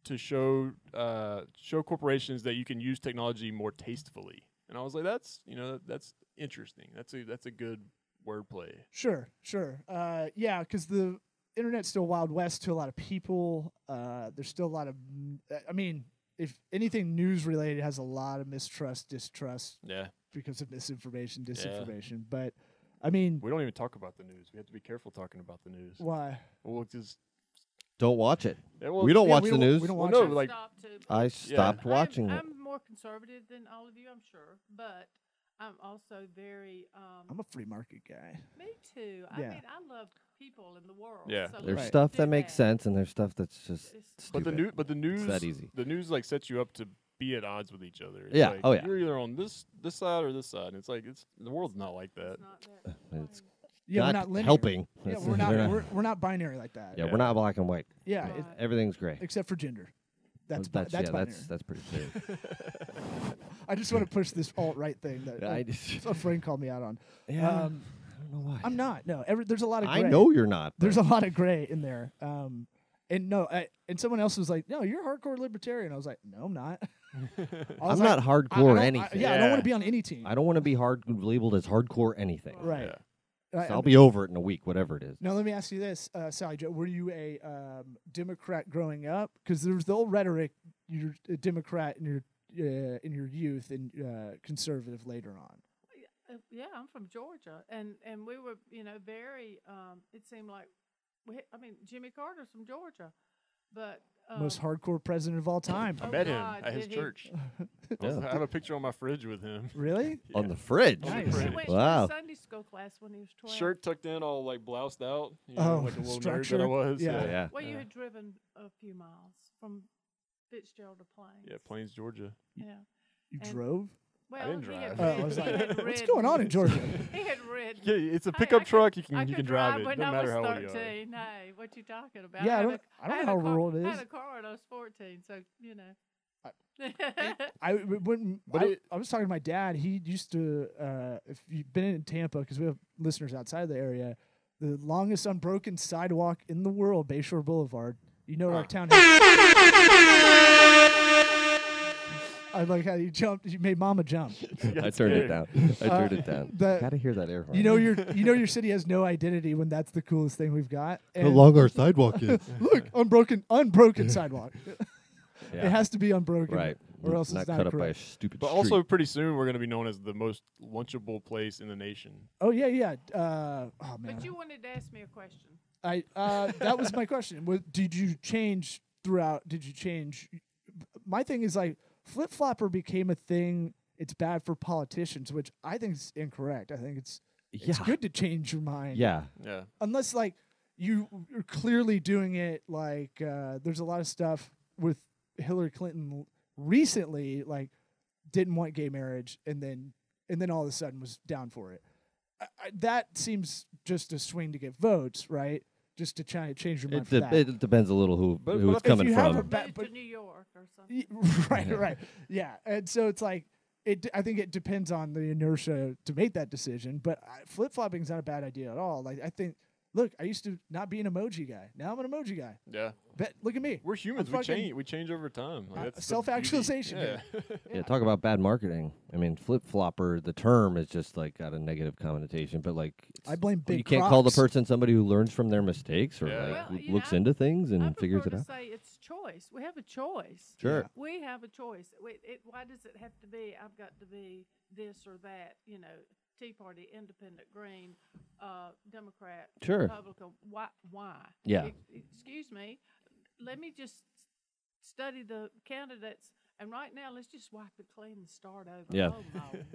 [SPEAKER 4] to show uh, show corporations that you can use technology more tastefully. And I was like, that's you know that's interesting. That's a that's a good wordplay.
[SPEAKER 2] Sure, sure. Uh, yeah, because the internet's still wild west to a lot of people. Uh, there's still a lot of, m- I mean, if anything news related has a lot of mistrust, distrust
[SPEAKER 4] Yeah,
[SPEAKER 2] because of misinformation, disinformation. But I mean,
[SPEAKER 4] we don't even talk about the news. We have to be careful talking about the news.
[SPEAKER 2] why?
[SPEAKER 4] Well, just
[SPEAKER 3] Don't watch it.
[SPEAKER 4] yeah, well,
[SPEAKER 3] we don't
[SPEAKER 2] yeah,
[SPEAKER 3] watch
[SPEAKER 2] we
[SPEAKER 3] the
[SPEAKER 2] don't-
[SPEAKER 3] news.
[SPEAKER 2] we don't
[SPEAKER 4] Well,
[SPEAKER 2] watch
[SPEAKER 4] no,
[SPEAKER 2] it.
[SPEAKER 4] like
[SPEAKER 5] Stop to-
[SPEAKER 3] I stopped
[SPEAKER 5] I'm-
[SPEAKER 3] watching
[SPEAKER 5] I'm,
[SPEAKER 3] it.
[SPEAKER 5] more conservative than all of you, I'm sure, but I'm also very. Um,
[SPEAKER 2] I'm a free market guy.
[SPEAKER 5] me too. I
[SPEAKER 2] Yeah.
[SPEAKER 5] mean, I love people in the world.
[SPEAKER 4] Yeah.
[SPEAKER 5] so
[SPEAKER 3] There's
[SPEAKER 5] let's
[SPEAKER 3] stuff
[SPEAKER 5] do
[SPEAKER 3] that makes sense, and there's stuff that's just
[SPEAKER 5] It's-
[SPEAKER 4] but the
[SPEAKER 3] stupid.
[SPEAKER 4] news but the news
[SPEAKER 3] that easy.
[SPEAKER 4] the news like sets you up to be at odds with each other. It's
[SPEAKER 3] Yeah,
[SPEAKER 4] like,
[SPEAKER 3] oh, yeah.
[SPEAKER 4] You're either on this this side or this side. And it's like it's the world's not like that.
[SPEAKER 5] It's not that
[SPEAKER 3] It's
[SPEAKER 5] plain.
[SPEAKER 2] Yeah, we're
[SPEAKER 3] not
[SPEAKER 2] not linear.
[SPEAKER 3] helping.
[SPEAKER 2] Yeah,
[SPEAKER 3] That's-
[SPEAKER 2] we're not,
[SPEAKER 3] they're
[SPEAKER 2] we're, we're not binary like that.
[SPEAKER 3] yeah, we're not black and white.
[SPEAKER 2] Yeah,
[SPEAKER 5] Right.
[SPEAKER 2] it-
[SPEAKER 3] Everything's gray.
[SPEAKER 2] except for gender. That's bi-
[SPEAKER 3] that's
[SPEAKER 2] that's,
[SPEAKER 3] yeah,
[SPEAKER 2] binary.
[SPEAKER 3] that's that's pretty clear.
[SPEAKER 2] I just want to push this alt right thing that
[SPEAKER 3] I
[SPEAKER 2] uh,
[SPEAKER 3] just-
[SPEAKER 2] a friend called me out on.
[SPEAKER 3] yeah,
[SPEAKER 2] Um,
[SPEAKER 3] I don't know why.
[SPEAKER 2] I'm not. No, every, there's a lot of.
[SPEAKER 3] I
[SPEAKER 2] gray.
[SPEAKER 3] know you're not.
[SPEAKER 2] There's a
[SPEAKER 3] but
[SPEAKER 2] lot of gray in there. Um, and no, I, and someone else was like, "No, you're hardcore libertarian." I was like, "No, I'm not. I
[SPEAKER 3] I'm
[SPEAKER 2] was
[SPEAKER 3] not
[SPEAKER 2] like, I- I
[SPEAKER 3] hardcore
[SPEAKER 2] don't- I-
[SPEAKER 3] anything.
[SPEAKER 2] yeah, I don't want
[SPEAKER 4] Yeah.
[SPEAKER 2] to be on any team.
[SPEAKER 3] I don't want to be hard labeled as hardcore anything.
[SPEAKER 2] Right.
[SPEAKER 4] Yeah.
[SPEAKER 2] I-
[SPEAKER 3] So
[SPEAKER 2] I-
[SPEAKER 3] I'll be over it in a week, whatever it is.
[SPEAKER 2] Now let me ask you this, uh, Sally Joe: Were you a um, Democrat growing up? Because there was the old rhetoric: you're a Democrat in your uh, in your youth and uh, conservative later on.
[SPEAKER 5] Uh, yeah, I'm from Georgia, and and we were, you know, very. Um, it seemed like, we, I mean, Jimmy Carter's from Georgia, but um,
[SPEAKER 2] Most hardcore president of all time.
[SPEAKER 4] I
[SPEAKER 5] Oh,
[SPEAKER 4] met
[SPEAKER 5] God,
[SPEAKER 4] him at his
[SPEAKER 5] did he-
[SPEAKER 4] church.
[SPEAKER 5] Oh.
[SPEAKER 4] I, was- I have a picture on my fridge with him.
[SPEAKER 2] Really?
[SPEAKER 3] On the fridge.
[SPEAKER 4] On the
[SPEAKER 2] Nice.
[SPEAKER 5] He
[SPEAKER 4] fridge.
[SPEAKER 5] went
[SPEAKER 3] Wow.
[SPEAKER 5] to a Sunday school class when he was 12.
[SPEAKER 4] Shirt tucked in, all like bloused out. You know,
[SPEAKER 2] Oh,
[SPEAKER 4] like a little nerd that I
[SPEAKER 2] structured.
[SPEAKER 4] was.
[SPEAKER 2] Yeah.
[SPEAKER 4] yeah.
[SPEAKER 3] Yeah.
[SPEAKER 5] Well, you
[SPEAKER 4] Yeah.
[SPEAKER 5] had driven a few miles from Fitzgerald to Plains.
[SPEAKER 4] Yeah, Plains, Georgia.
[SPEAKER 5] Yeah.
[SPEAKER 2] You
[SPEAKER 5] And-
[SPEAKER 2] drove?
[SPEAKER 5] Well,
[SPEAKER 4] didn't
[SPEAKER 5] he had
[SPEAKER 4] drive. Oh, I
[SPEAKER 5] red-
[SPEAKER 4] was
[SPEAKER 5] he
[SPEAKER 4] like,
[SPEAKER 5] had
[SPEAKER 2] What's
[SPEAKER 5] red
[SPEAKER 2] going on in
[SPEAKER 5] knees.
[SPEAKER 2] Georgia?
[SPEAKER 5] He had red.
[SPEAKER 4] Yeah, it's a
[SPEAKER 5] Hey,
[SPEAKER 4] pickup
[SPEAKER 5] I could-
[SPEAKER 4] truck. you can
[SPEAKER 5] I
[SPEAKER 4] you
[SPEAKER 5] could
[SPEAKER 4] can
[SPEAKER 5] drive
[SPEAKER 4] drive it.
[SPEAKER 5] when
[SPEAKER 4] No
[SPEAKER 5] I
[SPEAKER 4] matter
[SPEAKER 5] was
[SPEAKER 4] how old you are.
[SPEAKER 5] 13. Hey, what you talking about?
[SPEAKER 2] Yeah, I
[SPEAKER 5] had
[SPEAKER 2] don't-
[SPEAKER 5] a-
[SPEAKER 2] I don't
[SPEAKER 5] had
[SPEAKER 2] know
[SPEAKER 5] a
[SPEAKER 2] how
[SPEAKER 5] car-
[SPEAKER 2] rural it
[SPEAKER 5] I
[SPEAKER 2] is.
[SPEAKER 5] had a car when I was 14, so you know.
[SPEAKER 2] I w- wouldn't.
[SPEAKER 4] But
[SPEAKER 2] I,
[SPEAKER 4] it-
[SPEAKER 2] I was talking to my dad. He used to, uh, if you've been in Tampa, because we have listeners outside the area, the longest unbroken sidewalk in the world, Bayshore Boulevard. You know our town. I like how you jumped. You made Mama jump.
[SPEAKER 3] I turned it down. I turned it down.
[SPEAKER 2] the-
[SPEAKER 3] Gotta hear that air horn.
[SPEAKER 2] Uh, You know your you know your city has no identity when that's the coolest thing we've got.
[SPEAKER 3] how
[SPEAKER 2] And
[SPEAKER 3] long our sidewalk is.
[SPEAKER 2] look, unbroken, unbroken sidewalk.
[SPEAKER 3] Yeah.
[SPEAKER 2] It has to be unbroken,
[SPEAKER 3] right.
[SPEAKER 2] Or else
[SPEAKER 3] not
[SPEAKER 2] it's not
[SPEAKER 3] cut up by a
[SPEAKER 2] correct.
[SPEAKER 3] stupid
[SPEAKER 4] But
[SPEAKER 3] street.
[SPEAKER 4] also, pretty soon we're gonna be known as the most lunchable place in the nation.
[SPEAKER 2] Oh yeah, yeah. Uh, oh man,
[SPEAKER 5] but you wanted to ask me a question.
[SPEAKER 2] I uh, that was my question. Was, did you change throughout? Did you change? My thing is like flip flopper became a thing. It's bad for politicians, which I think is incorrect. I think it's it's
[SPEAKER 3] Yeah.
[SPEAKER 2] good to change your mind.
[SPEAKER 3] Yeah.
[SPEAKER 4] Yeah.
[SPEAKER 2] unless like you are clearly doing it. Like uh, there's a lot of stuff with Hillary Clinton recently, like didn't want gay marriage, and then and then all of a sudden was down for it. I, I, that seems just a swing to get votes, right? Just to try to change your mind
[SPEAKER 3] It,
[SPEAKER 2] for
[SPEAKER 3] de-
[SPEAKER 2] that.
[SPEAKER 3] it depends a little who,
[SPEAKER 4] But-
[SPEAKER 3] who
[SPEAKER 4] but
[SPEAKER 3] it's
[SPEAKER 4] if you
[SPEAKER 3] coming
[SPEAKER 2] have
[SPEAKER 3] from.
[SPEAKER 2] a
[SPEAKER 5] Moved
[SPEAKER 2] ba- but-
[SPEAKER 5] to New York or something.
[SPEAKER 2] Y- right, right, yeah. And so it's like it. d- I think it depends on the inertia to make that decision. But flip flopping is not a bad idea at all. Like I think Look, I used to not be an emoji guy. Now I'm an emoji guy.
[SPEAKER 4] Yeah,
[SPEAKER 2] Bet, look at me.
[SPEAKER 4] we're humans. we
[SPEAKER 2] fucking-
[SPEAKER 4] change. We change over time. Like,
[SPEAKER 2] Uh,
[SPEAKER 4] that's the beauty.
[SPEAKER 2] self-actualization,
[SPEAKER 4] Yeah.
[SPEAKER 3] Yeah, talk about bad marketing. I mean, flip flopper. The term is just like got a negative connotation, but like it's-
[SPEAKER 2] I blame
[SPEAKER 3] well,
[SPEAKER 2] Big
[SPEAKER 3] You can't call the
[SPEAKER 2] Crocs.
[SPEAKER 3] person somebody who learns from their mistakes or
[SPEAKER 4] Yeah.
[SPEAKER 3] like
[SPEAKER 5] Well,
[SPEAKER 3] who
[SPEAKER 5] you know,
[SPEAKER 3] looks into things
[SPEAKER 5] I
[SPEAKER 3] and figures it
[SPEAKER 5] prefer
[SPEAKER 3] out.
[SPEAKER 5] to say it's choice. We have a choice.
[SPEAKER 3] Sure.
[SPEAKER 5] We have a choice. It, it, why does it have to be? I've got to be this or that. You know, Tea Party, Independent, Green, uh, Democrat,
[SPEAKER 3] Sure.
[SPEAKER 5] Republican. Why? Why?
[SPEAKER 3] Yeah.
[SPEAKER 5] Ex- excuse me. Let me just study the candidates. And right now, let's just wipe it clean and start over.
[SPEAKER 3] Yeah.
[SPEAKER 5] Oh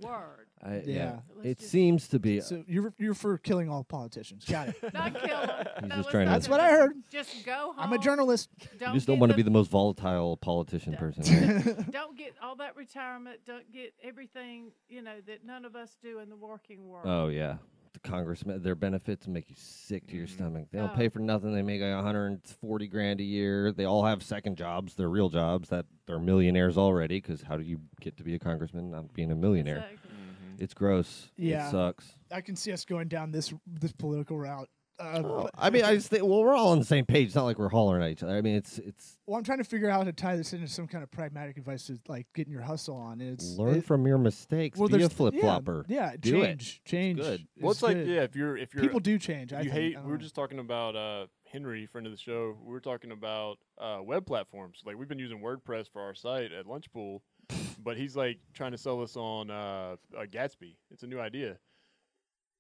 [SPEAKER 5] my word!
[SPEAKER 3] I, yeah.
[SPEAKER 2] Yeah.
[SPEAKER 5] So let's
[SPEAKER 3] It
[SPEAKER 5] just-
[SPEAKER 3] seems to be.
[SPEAKER 2] So you're you're for killing all politicians. Got it.
[SPEAKER 5] Not kill 'em.
[SPEAKER 3] He's
[SPEAKER 5] No,
[SPEAKER 3] just
[SPEAKER 5] let's
[SPEAKER 3] trying to-
[SPEAKER 5] not
[SPEAKER 2] That's
[SPEAKER 5] do
[SPEAKER 2] what I
[SPEAKER 5] that.
[SPEAKER 2] heard.
[SPEAKER 5] Just go home.
[SPEAKER 2] I'm a journalist.
[SPEAKER 3] you just don't
[SPEAKER 5] get
[SPEAKER 3] want to be
[SPEAKER 5] them-
[SPEAKER 3] the most volatile politician
[SPEAKER 5] Yeah.
[SPEAKER 3] person.
[SPEAKER 5] don't get all that retirement, don't get everything, you know, that none of us do in the working world.
[SPEAKER 3] oh yeah. The congressman, their benefits make you sick to your stomach. They don't
[SPEAKER 5] Oh.
[SPEAKER 3] pay for nothing. They make like 140 grand a year. They all have second jobs. They're real jobs that they're millionaires already. Because how do you get to be a congressman not being a millionaire?
[SPEAKER 5] Exactly.
[SPEAKER 3] It's gross.
[SPEAKER 2] Yeah.
[SPEAKER 3] It sucks.
[SPEAKER 2] I can see us going down this this political route. Uh,
[SPEAKER 3] Oh, I mean, I just think, well, we're all on the same page. It's not like we're hollering at each other. I mean, it's it's
[SPEAKER 2] Well, I'm trying to figure out how to tie this into some kind of pragmatic advice to like getting your hustle on. And it's
[SPEAKER 3] learn
[SPEAKER 2] it-
[SPEAKER 3] from your mistakes.
[SPEAKER 2] well,
[SPEAKER 3] be a
[SPEAKER 2] there's-
[SPEAKER 3] flip flopper.
[SPEAKER 2] Yeah, yeah
[SPEAKER 3] Do it.
[SPEAKER 2] change, change.
[SPEAKER 3] good.
[SPEAKER 2] is
[SPEAKER 4] Well, it's like
[SPEAKER 2] good.
[SPEAKER 4] yeah. If you're if you're
[SPEAKER 2] people do change. I
[SPEAKER 4] you
[SPEAKER 2] think. I
[SPEAKER 4] hate.
[SPEAKER 2] don't
[SPEAKER 4] We were
[SPEAKER 2] know.
[SPEAKER 4] just talking about uh, Henry, friend of the show. We were talking about uh, web platforms. Like we've been using WordPress for our site at Lunchpool, but he's like trying to sell us on uh, uh, Gatsby. It's a new idea.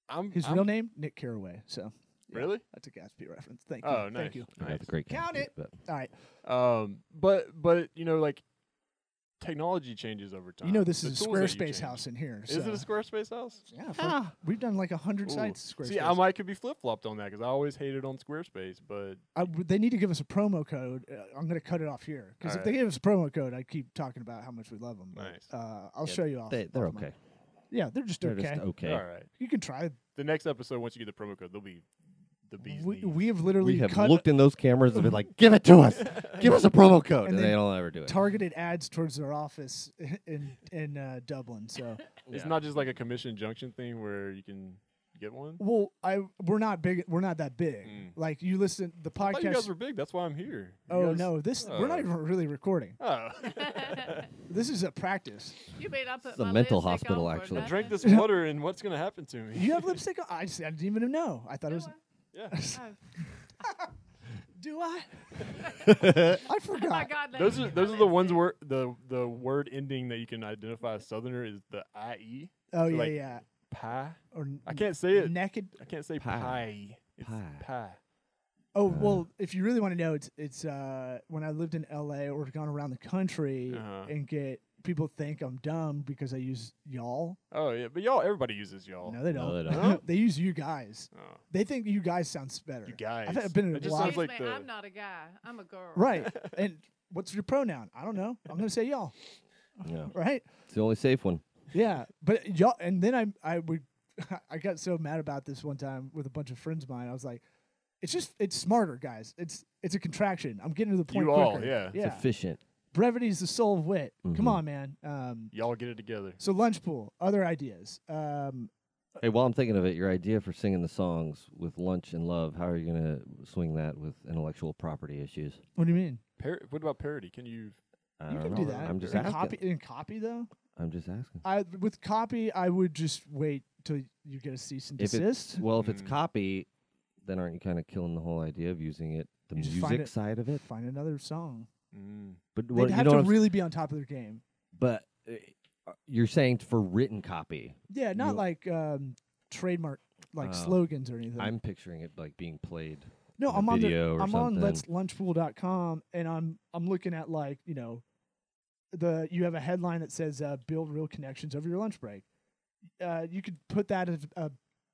[SPEAKER 4] I'm
[SPEAKER 2] his
[SPEAKER 4] I'm-
[SPEAKER 2] real name Nick Carraway. So yeah,
[SPEAKER 4] really.
[SPEAKER 2] that's a Gatsby reference. Thank you.
[SPEAKER 4] Oh,
[SPEAKER 2] Thank
[SPEAKER 4] nice.
[SPEAKER 2] you.
[SPEAKER 3] I got the great
[SPEAKER 2] Count
[SPEAKER 3] candidate,
[SPEAKER 2] it.
[SPEAKER 3] But
[SPEAKER 2] All right.
[SPEAKER 4] Um, but but you know, like technology changes over time.
[SPEAKER 2] You know this
[SPEAKER 4] Uh, The
[SPEAKER 2] is a
[SPEAKER 4] tools that you
[SPEAKER 2] Squarespace
[SPEAKER 4] change.
[SPEAKER 2] house in here.
[SPEAKER 4] Is it
[SPEAKER 2] so-
[SPEAKER 4] a Squarespace house?
[SPEAKER 2] Yeah, for- we've done like a hundred
[SPEAKER 4] Ooh.
[SPEAKER 2] sites. Squarespace.
[SPEAKER 4] See, I might could be flip flopped on that because I always hated on Squarespace, but
[SPEAKER 2] I w- they need to give us a promo code. Uh, I'm going to cut it off here because if
[SPEAKER 4] Alright.
[SPEAKER 2] they gave us a promo code, I'd keep talking about how much we love them.
[SPEAKER 4] Nice.
[SPEAKER 2] Uh, I'll show you off.
[SPEAKER 3] they, they're
[SPEAKER 2] off mic.
[SPEAKER 3] okay.
[SPEAKER 2] Yeah, they're just
[SPEAKER 3] They're
[SPEAKER 2] okay.
[SPEAKER 3] just okay.
[SPEAKER 4] all right.
[SPEAKER 2] You can try.
[SPEAKER 4] The next episode, once you get the promo code, they'll be the bees.
[SPEAKER 2] We,
[SPEAKER 4] knees.
[SPEAKER 2] we have literally
[SPEAKER 3] We have
[SPEAKER 2] cut
[SPEAKER 3] looked in those cameras and been like, "Give it to us. Give us a promo
[SPEAKER 2] And
[SPEAKER 3] code," and,
[SPEAKER 2] then
[SPEAKER 3] they don't ever do it.
[SPEAKER 2] targeted ads towards their office in in uh, Dublin. So,
[SPEAKER 4] It's not just like a commission junction thing where you can get one.
[SPEAKER 2] well, I we're not big. We're not that big.
[SPEAKER 4] Mm.
[SPEAKER 2] Like you listen the
[SPEAKER 4] I thought you guys
[SPEAKER 2] podcast.
[SPEAKER 4] were big. That's why I'm here. You
[SPEAKER 2] Oh
[SPEAKER 4] guys-
[SPEAKER 2] no! This we're not
[SPEAKER 4] Oh.
[SPEAKER 2] even really recording.
[SPEAKER 4] Oh.
[SPEAKER 2] This is a practice.
[SPEAKER 5] You mean I put
[SPEAKER 3] It's a
[SPEAKER 5] my
[SPEAKER 3] mental
[SPEAKER 5] lipstick
[SPEAKER 3] hospital,
[SPEAKER 5] on for
[SPEAKER 3] actually.
[SPEAKER 5] nothing?
[SPEAKER 4] Drink this water, and what's gonna happen to me?
[SPEAKER 2] You have lipstick on. I, just- I didn't even know. I thought it
[SPEAKER 5] Do
[SPEAKER 2] was.
[SPEAKER 4] Yeah.
[SPEAKER 5] I? Oh.
[SPEAKER 2] Do I? I forgot.
[SPEAKER 5] Oh my God! let
[SPEAKER 4] Those
[SPEAKER 5] me
[SPEAKER 4] are
[SPEAKER 5] get
[SPEAKER 4] those
[SPEAKER 5] my
[SPEAKER 4] are the ones
[SPEAKER 5] lipstick.
[SPEAKER 4] where the the word ending that you can identify as Southerner is the ie
[SPEAKER 2] Oh yeah,
[SPEAKER 4] like-
[SPEAKER 2] yeah.
[SPEAKER 4] pie.
[SPEAKER 2] Or
[SPEAKER 4] I can't say it.
[SPEAKER 2] Naked.
[SPEAKER 4] I can't say
[SPEAKER 3] Pie.
[SPEAKER 4] pie. It's
[SPEAKER 3] Pie.
[SPEAKER 4] pie.
[SPEAKER 2] Oh well, if you really want to know, it's it's uh, when I lived in L.A. or gone around the country
[SPEAKER 4] Uh-huh.
[SPEAKER 2] and get people think I'm dumb because I use y'all.
[SPEAKER 4] Oh yeah, but y'all, everybody uses y'all.
[SPEAKER 2] No, they don't.
[SPEAKER 3] No, they
[SPEAKER 4] don't.
[SPEAKER 2] They use you guys.
[SPEAKER 4] Oh.
[SPEAKER 2] They think you guys sounds better.
[SPEAKER 4] You guys.
[SPEAKER 2] I've had- been in
[SPEAKER 4] It
[SPEAKER 2] a
[SPEAKER 4] just
[SPEAKER 2] lot
[SPEAKER 4] sounds
[SPEAKER 2] of-
[SPEAKER 4] like
[SPEAKER 5] Excuse me,
[SPEAKER 4] the.
[SPEAKER 5] I'm not a guy. I'm a girl.
[SPEAKER 2] Right. and what's your pronoun? I don't know. I'm gonna say y'all.
[SPEAKER 3] Yeah.
[SPEAKER 2] Right.
[SPEAKER 3] It's the only safe one.
[SPEAKER 2] Yeah. But y'all. And then I I would I got so mad about this one time with a bunch of friends of mine. I was like, it's just it's smarter, guys. It's it's a contraction. I'm getting to the point.
[SPEAKER 4] You all,
[SPEAKER 2] quicker.
[SPEAKER 4] yeah. It's
[SPEAKER 2] Yeah.
[SPEAKER 3] Efficient.
[SPEAKER 2] Brevity is the soul of wit. Come
[SPEAKER 3] Mhm.
[SPEAKER 2] on, man. Um,
[SPEAKER 4] Y'all get it together.
[SPEAKER 2] so lunch pool. Other ideas. Um,
[SPEAKER 3] Hey, while I'm thinking of it, your idea for singing the songs with lunch and love, how are you gonna swing that with intellectual property issues?
[SPEAKER 2] what do you mean?
[SPEAKER 4] Par- what about parody? Can you?
[SPEAKER 3] I
[SPEAKER 2] You
[SPEAKER 3] don't
[SPEAKER 2] can
[SPEAKER 3] know.
[SPEAKER 2] do that.
[SPEAKER 3] I'm just
[SPEAKER 2] and
[SPEAKER 3] asking.
[SPEAKER 2] copy and copy though.
[SPEAKER 3] I'm just asking.
[SPEAKER 2] I with copy, I would just wait till you get a cease and
[SPEAKER 3] If
[SPEAKER 2] desist.
[SPEAKER 3] it's well, if it's
[SPEAKER 4] Mm.
[SPEAKER 3] copy, then aren't you kind of killing the whole idea of using it, the
[SPEAKER 2] You just find
[SPEAKER 3] music
[SPEAKER 2] it-
[SPEAKER 3] side of it?
[SPEAKER 2] Find another song.
[SPEAKER 4] Mm.
[SPEAKER 3] But what,
[SPEAKER 2] They'd
[SPEAKER 3] you
[SPEAKER 2] have
[SPEAKER 3] know
[SPEAKER 2] to
[SPEAKER 3] what I'm
[SPEAKER 2] really be on top of their game.
[SPEAKER 3] But uh, you're saying for written copy.
[SPEAKER 2] Yeah, not
[SPEAKER 3] You-
[SPEAKER 2] like um, trademark like
[SPEAKER 3] Oh.
[SPEAKER 2] slogans or anything.
[SPEAKER 3] I'm picturing it like being played.
[SPEAKER 2] no,
[SPEAKER 3] on a
[SPEAKER 2] I'm on
[SPEAKER 3] video
[SPEAKER 2] the,
[SPEAKER 3] or
[SPEAKER 2] I'm on
[SPEAKER 3] something.
[SPEAKER 2] let's lunchpool.com and I'm I'm looking at like, you know, the you have a headline that says uh, build real connections over your lunch break. Uh, you could put that as a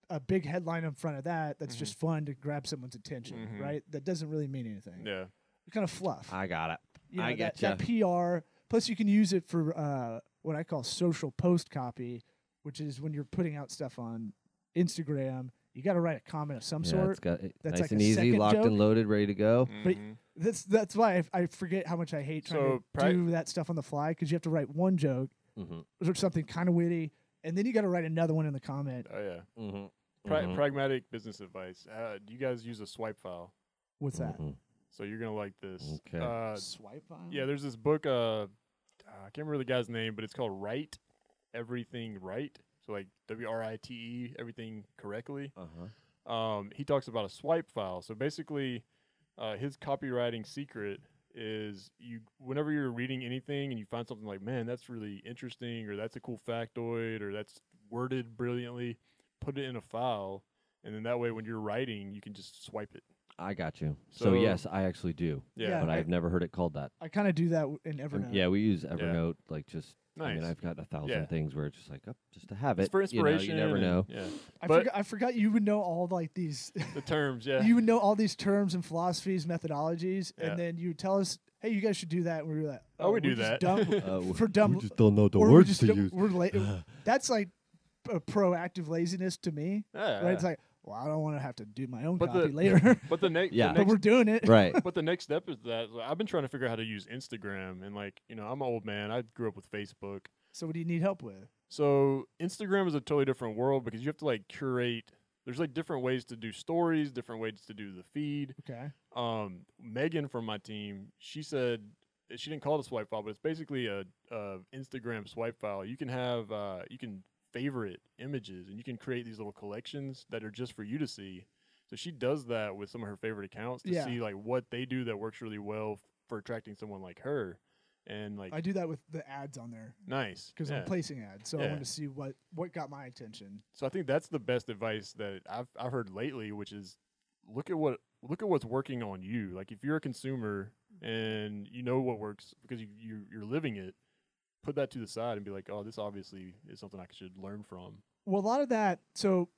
[SPEAKER 2] a big headline in front of that that's
[SPEAKER 3] Mm-hmm.
[SPEAKER 4] Mhm.
[SPEAKER 2] just fun to grab someone's attention,
[SPEAKER 4] Mhm.
[SPEAKER 2] right? That doesn't really mean anything.
[SPEAKER 4] Yeah.
[SPEAKER 2] It's kind of fluff.
[SPEAKER 3] I got it.
[SPEAKER 2] you know,
[SPEAKER 3] I
[SPEAKER 2] that,
[SPEAKER 3] getcha.
[SPEAKER 2] that PR. Plus, you can use it for uh, what I call social post copy, which is when you're putting out stuff on Instagram. You got to write a comment of some
[SPEAKER 3] yeah,
[SPEAKER 2] sort.
[SPEAKER 3] it's got it
[SPEAKER 2] that's
[SPEAKER 3] nice
[SPEAKER 2] like
[SPEAKER 3] and
[SPEAKER 2] a
[SPEAKER 3] easy,
[SPEAKER 2] second
[SPEAKER 3] locked
[SPEAKER 2] joke.
[SPEAKER 3] and loaded, ready to go.
[SPEAKER 2] But-
[SPEAKER 4] Mhm.
[SPEAKER 2] That's that's why I, I forget how much I hate trying
[SPEAKER 4] So,
[SPEAKER 2] to
[SPEAKER 4] pra-
[SPEAKER 2] do that stuff on the fly because you have to write one joke
[SPEAKER 3] Mm-hmm.
[SPEAKER 2] or something kind of witty, and then you got to write another one in the comment.
[SPEAKER 4] Oh yeah.
[SPEAKER 3] Mm-hmm.
[SPEAKER 4] Pra-
[SPEAKER 3] Mhm.
[SPEAKER 4] Pragmatic business advice. Uh, do you guys use a swipe file?
[SPEAKER 2] What's that?
[SPEAKER 3] Mhm.
[SPEAKER 4] So you're gonna like this.
[SPEAKER 3] Okay.
[SPEAKER 4] Uh,
[SPEAKER 2] Swipe file?
[SPEAKER 4] yeah, there's this book. Uh, I can't remember the guy's name, but it's called Right Everything Right. So like W R I T E, everything correctly.
[SPEAKER 3] Uh-huh.
[SPEAKER 4] um, he talks about a swipe file. So basically, uh, his copywriting secret is you whenever you're reading anything and you find something like, man, that's really interesting, or that's a cool factoid, or that's worded brilliantly, put it in a file, and then that way when you're writing, you can just swipe it.
[SPEAKER 3] I got you. So,
[SPEAKER 4] So-
[SPEAKER 3] yes, I actually do,
[SPEAKER 4] Yeah,
[SPEAKER 2] Yeah.
[SPEAKER 3] but I've never heard it called that.
[SPEAKER 2] I kind of do that w- in
[SPEAKER 3] Um,
[SPEAKER 2] Evernote.
[SPEAKER 3] yeah, we use Evernote. Like just, I mean,
[SPEAKER 4] Nice.
[SPEAKER 3] I've got a thousand
[SPEAKER 4] Yeah.
[SPEAKER 3] things where it's just like, oh, just to have it.
[SPEAKER 4] it's for
[SPEAKER 3] you know,
[SPEAKER 4] inspiration.
[SPEAKER 3] You, never
[SPEAKER 4] and-
[SPEAKER 3] know.
[SPEAKER 4] Yeah,
[SPEAKER 2] I,
[SPEAKER 4] but-
[SPEAKER 2] forgot, I forgot you would know all like these.
[SPEAKER 4] the terms. Yeah,
[SPEAKER 2] you would know all these terms and philosophies, methodologies,
[SPEAKER 4] Yeah.
[SPEAKER 2] and then you would tell us, "Hey, you guys should do that." And we were like,
[SPEAKER 4] Oh, we
[SPEAKER 2] we're
[SPEAKER 4] do
[SPEAKER 2] just
[SPEAKER 4] that."
[SPEAKER 2] dumb-
[SPEAKER 3] Uh, w-
[SPEAKER 2] for dumb."
[SPEAKER 3] We just don't know the
[SPEAKER 2] or we
[SPEAKER 3] words
[SPEAKER 2] just
[SPEAKER 3] to
[SPEAKER 2] don't-
[SPEAKER 3] use.
[SPEAKER 2] We're la- that's like a proactive laziness to me.
[SPEAKER 4] yeah.
[SPEAKER 2] Right? It's like, well, I don't want to have to do my own
[SPEAKER 4] But the-
[SPEAKER 2] copy later,
[SPEAKER 4] but the, next,
[SPEAKER 3] Yeah.
[SPEAKER 4] yeah.
[SPEAKER 2] but we're doing it.
[SPEAKER 3] right.
[SPEAKER 4] but the next step is that like, I've been trying to figure out how to use Instagram, and like you know, I'm an old man. I grew up with Facebook.
[SPEAKER 2] So, what do you need help with?
[SPEAKER 4] So Instagram is a totally different world because you have to like curate. There's like different ways to do stories, different ways to do the feed.
[SPEAKER 2] Okay.
[SPEAKER 4] Um, Megan from my team, she said she didn't call it a swipe file, but it's basically a, a Instagram swipe file. You can have uh, you can favorite images and you can create these little collections that are just for you to see. So she does that with some of her favorite accounts to
[SPEAKER 2] Yeah.
[SPEAKER 4] see like what they do that works really well f- for attracting someone like her. And like
[SPEAKER 2] I do that with the ads on there
[SPEAKER 4] nice
[SPEAKER 2] because
[SPEAKER 4] yeah.
[SPEAKER 2] I'm placing ads, so I
[SPEAKER 4] Yeah.
[SPEAKER 2] want to see what what got my attention.
[SPEAKER 4] So I think that's the best advice that I've I've heard lately, which is look at what look at what's working on you. Like if you're a consumer and you know what works because you, you you're living it, put that to the side and be like, oh, this obviously is something I should learn from.
[SPEAKER 2] Well, a lot of that. So,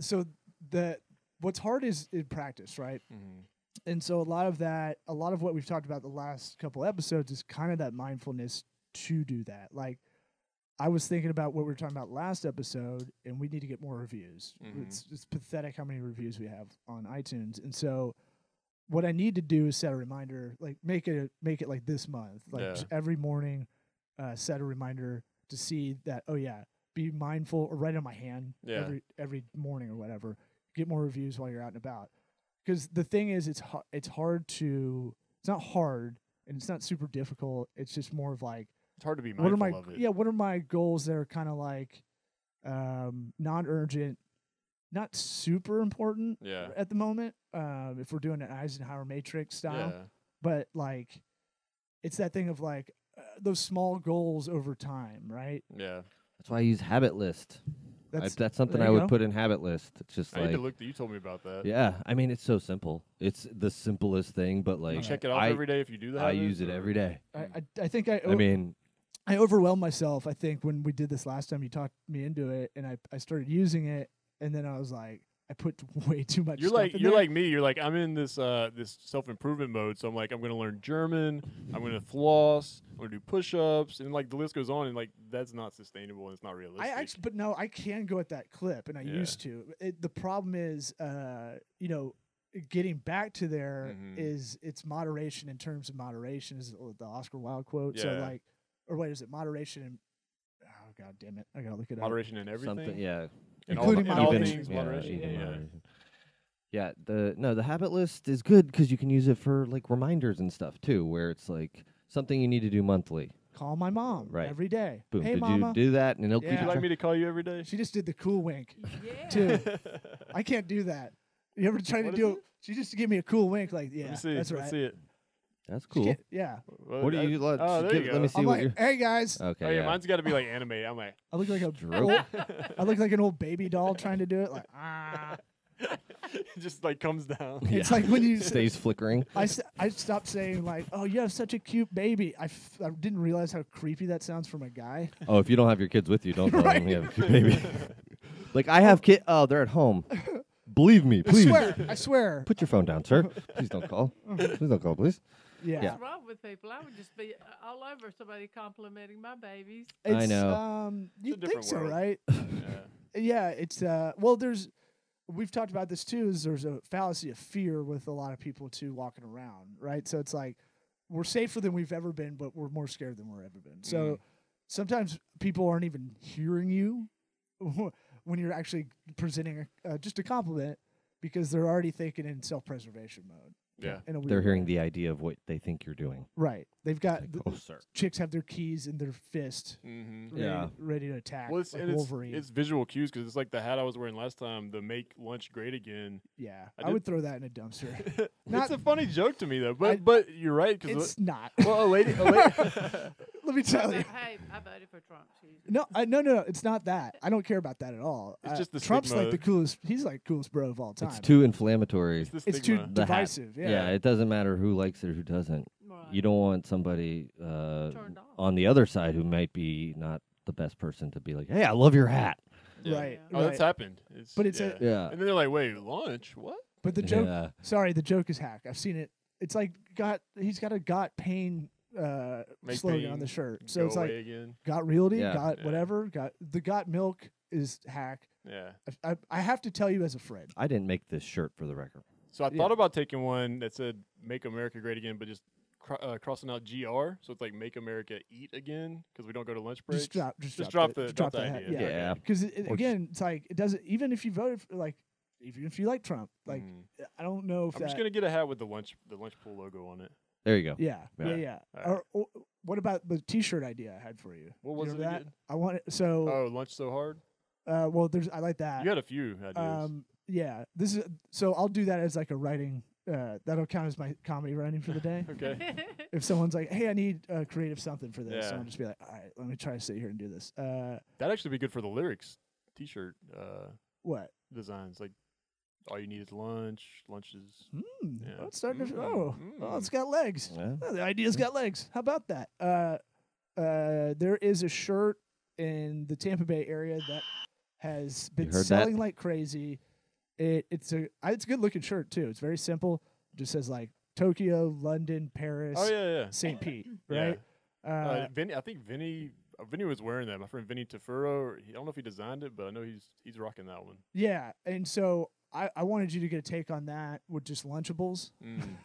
[SPEAKER 2] so the what's hard is in practice, right?
[SPEAKER 3] Mm-hmm.
[SPEAKER 2] and so a lot of that a lot of what we've talked about the last couple episodes is kind of that mindfulness to do that like i was thinking about what we were talking about last episode and we need to get more reviews
[SPEAKER 4] Mhm.
[SPEAKER 2] it's, it's pathetic how many reviews we have on itunes and so what i need to do is set a reminder like make it make it like this month like
[SPEAKER 4] Yeah.
[SPEAKER 2] just every morning uh, set a reminder to see that oh yeah be mindful or write it on my hand
[SPEAKER 4] Yeah.
[SPEAKER 2] every every morning or whatever get more reviews while you're out and about because the thing is it's har it's hard to it's not hard and it's not super difficult it's just more of like
[SPEAKER 4] It's hard to be
[SPEAKER 2] what are
[SPEAKER 4] mindful
[SPEAKER 2] my
[SPEAKER 4] of it.
[SPEAKER 2] yeah what are my goals that are kind of like um non-urgent not super important
[SPEAKER 4] Yeah.
[SPEAKER 2] at the moment um if we're doing an eisenhower matrix style
[SPEAKER 4] Yeah.
[SPEAKER 2] but like it's that thing of like uh, those small goals over time right
[SPEAKER 4] Yeah.
[SPEAKER 3] That's why I use habit list. I-
[SPEAKER 2] That's-
[SPEAKER 3] that's something
[SPEAKER 2] there
[SPEAKER 3] I
[SPEAKER 2] you
[SPEAKER 3] would
[SPEAKER 2] go.
[SPEAKER 3] put in habit list. It's just
[SPEAKER 4] I need
[SPEAKER 3] like
[SPEAKER 4] to look that you told me about that.
[SPEAKER 3] Yeah, I mean it's so simple. It's the simplest thing, but
[SPEAKER 4] You
[SPEAKER 3] like
[SPEAKER 4] check it off
[SPEAKER 3] I,
[SPEAKER 4] every day if you do that.
[SPEAKER 3] I use it every day.
[SPEAKER 2] i i, I think I,
[SPEAKER 3] I mean,
[SPEAKER 2] I overwhelmed myself. I think when we did this last time, you talked me into it, and I, I started using it, and then I was like, I put way too much.
[SPEAKER 4] You're
[SPEAKER 2] stuff
[SPEAKER 4] like
[SPEAKER 2] in
[SPEAKER 4] you're
[SPEAKER 2] there.
[SPEAKER 4] like me. You're like I'm in this uh, this self improvement mode. So I'm like I'm gonna learn German. I'm gonna floss. I'm gonna do push ups, and like the list goes on. And like that's not sustainable and it's not realistic.
[SPEAKER 2] I actually, but no, I can go at that clip, and I
[SPEAKER 4] Yeah.
[SPEAKER 2] used to. It, the problem is, uh, you know, getting back to there
[SPEAKER 4] Mhm.
[SPEAKER 2] is it's moderation in terms of moderation is the Oscar Wilde quote. So
[SPEAKER 4] Yeah.
[SPEAKER 2] like, or wait, is it moderation? And, oh god damn it, I gotta look it up.
[SPEAKER 4] moderation in everything.
[SPEAKER 3] something yeah,
[SPEAKER 4] In all-
[SPEAKER 2] Including
[SPEAKER 4] in all,
[SPEAKER 2] moderation.
[SPEAKER 4] things, moderation.
[SPEAKER 3] even
[SPEAKER 4] Yeah,
[SPEAKER 3] moderation. Yeah, the no, the habit list is good because you can use it for like reminders and stuff too, where it's like something you need to do monthly.
[SPEAKER 2] Call my mom
[SPEAKER 3] Right.
[SPEAKER 2] every day.
[SPEAKER 3] Boom,
[SPEAKER 2] hey
[SPEAKER 3] did
[SPEAKER 2] mama,
[SPEAKER 3] you do that? And it'll
[SPEAKER 2] Yeah.
[SPEAKER 3] keep
[SPEAKER 4] Would you
[SPEAKER 3] track-
[SPEAKER 4] like me to call you every day?
[SPEAKER 2] she just did the cool wink.
[SPEAKER 5] Yeah.
[SPEAKER 2] Dude, I can't do that. You ever try to
[SPEAKER 4] What is
[SPEAKER 2] do
[SPEAKER 4] it?
[SPEAKER 2] it? She just gave me a cool wink, like, yeah,
[SPEAKER 4] Let me see.
[SPEAKER 2] that's right.
[SPEAKER 4] Let's see it.
[SPEAKER 3] That's
[SPEAKER 2] She
[SPEAKER 3] cool.
[SPEAKER 2] can't- Yeah.
[SPEAKER 4] Well,
[SPEAKER 3] What do
[SPEAKER 4] that-
[SPEAKER 3] you let?
[SPEAKER 4] Oh, there
[SPEAKER 3] give-
[SPEAKER 4] you
[SPEAKER 3] let me
[SPEAKER 4] go.
[SPEAKER 3] see
[SPEAKER 2] I'm
[SPEAKER 3] what
[SPEAKER 2] like,
[SPEAKER 3] you're.
[SPEAKER 2] hey guys,
[SPEAKER 3] Okay,
[SPEAKER 4] Oh yeah,
[SPEAKER 3] yeah.
[SPEAKER 4] mine's got to be like anime. I'm like,
[SPEAKER 2] I look like a
[SPEAKER 3] Drool.
[SPEAKER 2] old, I look like an old baby doll trying to do it. Like, ah.
[SPEAKER 4] it just like comes down.
[SPEAKER 2] it's like when you. Say,
[SPEAKER 3] stays flickering.
[SPEAKER 2] I, s- I stopped saying like, oh, you have such a cute baby. I, f- I didn't realize how creepy that sounds from a guy.
[SPEAKER 3] Oh, if you don't have your kids with you, don't tell them you have a kid, baby. like I have kid. Oh, they're at home. Believe me,
[SPEAKER 2] I
[SPEAKER 3] please.
[SPEAKER 2] swear, I swear.
[SPEAKER 3] Put your phone down, sir. Please don't call. Please don't call, please.
[SPEAKER 2] Yeah,
[SPEAKER 3] Yeah.
[SPEAKER 5] What's wrong with people? I would just be uh, all over somebody complimenting my babies.
[SPEAKER 3] I
[SPEAKER 2] It's,
[SPEAKER 3] know.
[SPEAKER 2] Um, you think
[SPEAKER 4] different
[SPEAKER 2] so,
[SPEAKER 4] world.
[SPEAKER 2] right?
[SPEAKER 4] Yeah.
[SPEAKER 2] yeah, it's uh well there's we've talked about this too is there's a fallacy of fear with a lot of people too walking around, right? So it's like we're safer than we've ever been, but we're more
[SPEAKER 3] Mm-hmm.
[SPEAKER 2] scared than we've ever been. So sometimes people aren't even hearing you when you're actually presenting a, uh, just a compliment because they're already thinking in self-preservation mode.
[SPEAKER 4] Yeah.
[SPEAKER 2] In a weird
[SPEAKER 3] They're hearing
[SPEAKER 2] way.
[SPEAKER 3] the idea of what they think you're doing.
[SPEAKER 2] right. They've
[SPEAKER 4] Uh,
[SPEAKER 2] got
[SPEAKER 3] Like,
[SPEAKER 2] th-
[SPEAKER 3] oh, sir.
[SPEAKER 2] chicks have their keys in their fist,
[SPEAKER 4] Mm-hmm.
[SPEAKER 2] ready,
[SPEAKER 3] Yeah.
[SPEAKER 2] ready to attack
[SPEAKER 4] Well, it's,
[SPEAKER 2] like
[SPEAKER 4] and it's,
[SPEAKER 2] Wolverine.
[SPEAKER 4] it's visual cues because it's like the hat I was wearing last time, the "Make Lunch Great Again."
[SPEAKER 2] yeah,
[SPEAKER 4] I
[SPEAKER 2] I,
[SPEAKER 4] did-
[SPEAKER 2] would throw that in a dumpster. Not-
[SPEAKER 4] it's a funny joke to me though, but
[SPEAKER 2] I-
[SPEAKER 4] but you're right because
[SPEAKER 2] it's not.
[SPEAKER 4] well, a lady, a lady
[SPEAKER 2] Let me
[SPEAKER 3] Oh,
[SPEAKER 2] tell you.
[SPEAKER 5] But hey, I voted for Trump. Jesus.
[SPEAKER 2] No, I, no, no, no. It's not that. I don't care about that at all.
[SPEAKER 4] It's
[SPEAKER 2] Uh,
[SPEAKER 4] just the
[SPEAKER 2] Trump's
[SPEAKER 4] stigma.
[SPEAKER 2] like the coolest. He's like coolest bro of all time.
[SPEAKER 3] It's too inflammatory.
[SPEAKER 4] it's the
[SPEAKER 2] It's too
[SPEAKER 4] stigma.
[SPEAKER 3] The hat.
[SPEAKER 2] divisive.
[SPEAKER 3] yeah.
[SPEAKER 2] Yeah.
[SPEAKER 3] it doesn't matter who likes it or who doesn't.
[SPEAKER 5] Right.
[SPEAKER 3] You don't want somebody uh,
[SPEAKER 5] Turned off.
[SPEAKER 3] on the other side who might be not the best person to be like, "Hey, I love your hat."
[SPEAKER 4] Yeah.
[SPEAKER 2] Right.
[SPEAKER 4] Oh, that's
[SPEAKER 2] right.
[SPEAKER 4] happened. It's,
[SPEAKER 2] But it's a-
[SPEAKER 3] Yeah.
[SPEAKER 4] And then they're like, "Wait, lunch? What?"
[SPEAKER 2] But the joke.
[SPEAKER 3] Yeah.
[SPEAKER 2] Sorry, the joke is hack. I've seen it. It's like got. He's got a got pain uh,
[SPEAKER 4] Make
[SPEAKER 2] slogan
[SPEAKER 4] pain
[SPEAKER 2] on the shirt. So
[SPEAKER 4] Go
[SPEAKER 2] it's like
[SPEAKER 4] away again.
[SPEAKER 2] got realty,
[SPEAKER 3] Yeah.
[SPEAKER 2] got
[SPEAKER 4] Yeah.
[SPEAKER 2] whatever, got the got milk is hack.
[SPEAKER 4] Yeah.
[SPEAKER 2] I, I, I have to tell you as a friend.
[SPEAKER 3] I didn't make this shirt for the record.
[SPEAKER 4] So I
[SPEAKER 2] Yeah.
[SPEAKER 4] thought about taking one that said "Make America Great Again," but just cr- uh, crossing out "gr," so it's like "Make America Eat Again" because we don't go to lunch breaks.
[SPEAKER 2] Just drop. Just,
[SPEAKER 4] Just
[SPEAKER 2] drop,
[SPEAKER 4] drop the-
[SPEAKER 2] just
[SPEAKER 4] drop
[SPEAKER 2] drop
[SPEAKER 4] the
[SPEAKER 2] that.
[SPEAKER 4] idea.
[SPEAKER 2] Yeah.
[SPEAKER 4] Yeah.
[SPEAKER 2] Because it, it-
[SPEAKER 3] Or just-
[SPEAKER 2] again, it's like it doesn't. Even if you voted for like, even if you like Trump, like
[SPEAKER 4] Mhm.
[SPEAKER 2] I don't know if
[SPEAKER 4] I'm
[SPEAKER 2] that.
[SPEAKER 4] just gonna get a hat with the lunch the lunch pool logo on it.
[SPEAKER 3] There you go.
[SPEAKER 2] Yeah, yeah, yeah.
[SPEAKER 4] Yeah. All
[SPEAKER 2] Or, or what about the T-shirt idea I had for you?
[SPEAKER 4] What
[SPEAKER 2] You
[SPEAKER 4] was it
[SPEAKER 2] remember that?
[SPEAKER 4] again?
[SPEAKER 2] I want it, so.
[SPEAKER 4] Oh, lunch so hard.
[SPEAKER 2] Uh, well, there's I like that.
[SPEAKER 4] You had a few ideas.
[SPEAKER 2] um, yeah. This is so I'll do that as like a writing. Uh, that'll count as my comedy writing for the day.
[SPEAKER 4] okay.
[SPEAKER 2] if someone's like, "Hey, I need uh, creative something for this,"
[SPEAKER 4] Yeah.
[SPEAKER 2] I'll just be like, "All right, let me try to sit here and do this." Uh,
[SPEAKER 4] That'd actually be good for the lyrics t-shirt uh,
[SPEAKER 2] what?
[SPEAKER 4] designs. Like, all you need is lunch. Lunches.
[SPEAKER 2] Mm,
[SPEAKER 4] Yeah.
[SPEAKER 2] oh, it's starting to.
[SPEAKER 4] Mm,
[SPEAKER 2] Oh, oh,
[SPEAKER 4] mm.
[SPEAKER 2] it's got legs.
[SPEAKER 3] Yeah.
[SPEAKER 2] Oh, the idea's got legs. How about that? Uh, uh, there is a shirt in the Tampa Bay area that has been
[SPEAKER 3] heard that?
[SPEAKER 2] selling like crazy. It it's a I- it's a good looking shirt too. It's very simple. just says like Tokyo, London, Paris,
[SPEAKER 4] Oh yeah, yeah.
[SPEAKER 2] St. Pete,
[SPEAKER 4] Yeah.
[SPEAKER 2] right?
[SPEAKER 4] Uh,
[SPEAKER 2] Uh,
[SPEAKER 4] Vinny, I think Vinny. Uh, Vinny was wearing that. My friend Vinny Tafuro. He, I don't know if he designed it, but I know he's he's rocking that one.
[SPEAKER 2] yeah, and so I, I wanted you to get a take on that with just Lunchables
[SPEAKER 4] Mm.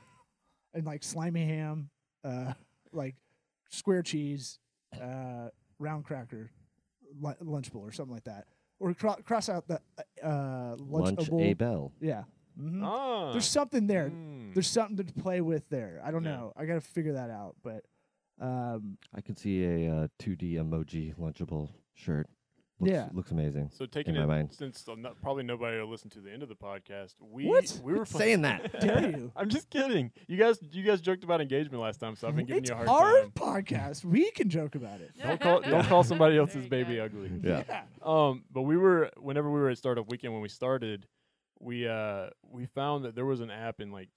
[SPEAKER 2] and like slimy ham, uh, like square cheese, uh, round cracker, lu- lunch bowl or something like that, or cro- cross out the uh, uh, lunch,
[SPEAKER 3] Lunch
[SPEAKER 2] bowl.
[SPEAKER 3] a bell.
[SPEAKER 2] yeah, hmm
[SPEAKER 4] ah,
[SPEAKER 2] there's something there.
[SPEAKER 4] mm.
[SPEAKER 2] There's something to play with there. I don't
[SPEAKER 4] Yeah.
[SPEAKER 2] know. I got to figure that out, but um,
[SPEAKER 3] I could see a uh, 2D emoji lunchable shirt. Looks,
[SPEAKER 2] Yeah.
[SPEAKER 3] looks amazing.
[SPEAKER 4] So taking
[SPEAKER 3] my
[SPEAKER 4] it
[SPEAKER 3] mind.
[SPEAKER 4] since I'm not, probably nobody will listen to the end of the podcast. We
[SPEAKER 2] What?
[SPEAKER 4] we were pla-
[SPEAKER 3] saying that.
[SPEAKER 2] dare you?
[SPEAKER 4] I'm just kidding. You guys you guys joked about engagement last time, so I've been giving
[SPEAKER 2] it's
[SPEAKER 4] you a hard
[SPEAKER 2] our
[SPEAKER 4] time.
[SPEAKER 2] podcast. We can joke about it.
[SPEAKER 4] Don't call don't call somebody else's baby ugly.
[SPEAKER 3] Yeah.
[SPEAKER 4] Um, but we were whenever we were at startup weekend when we started, we uh we found that there was an app in like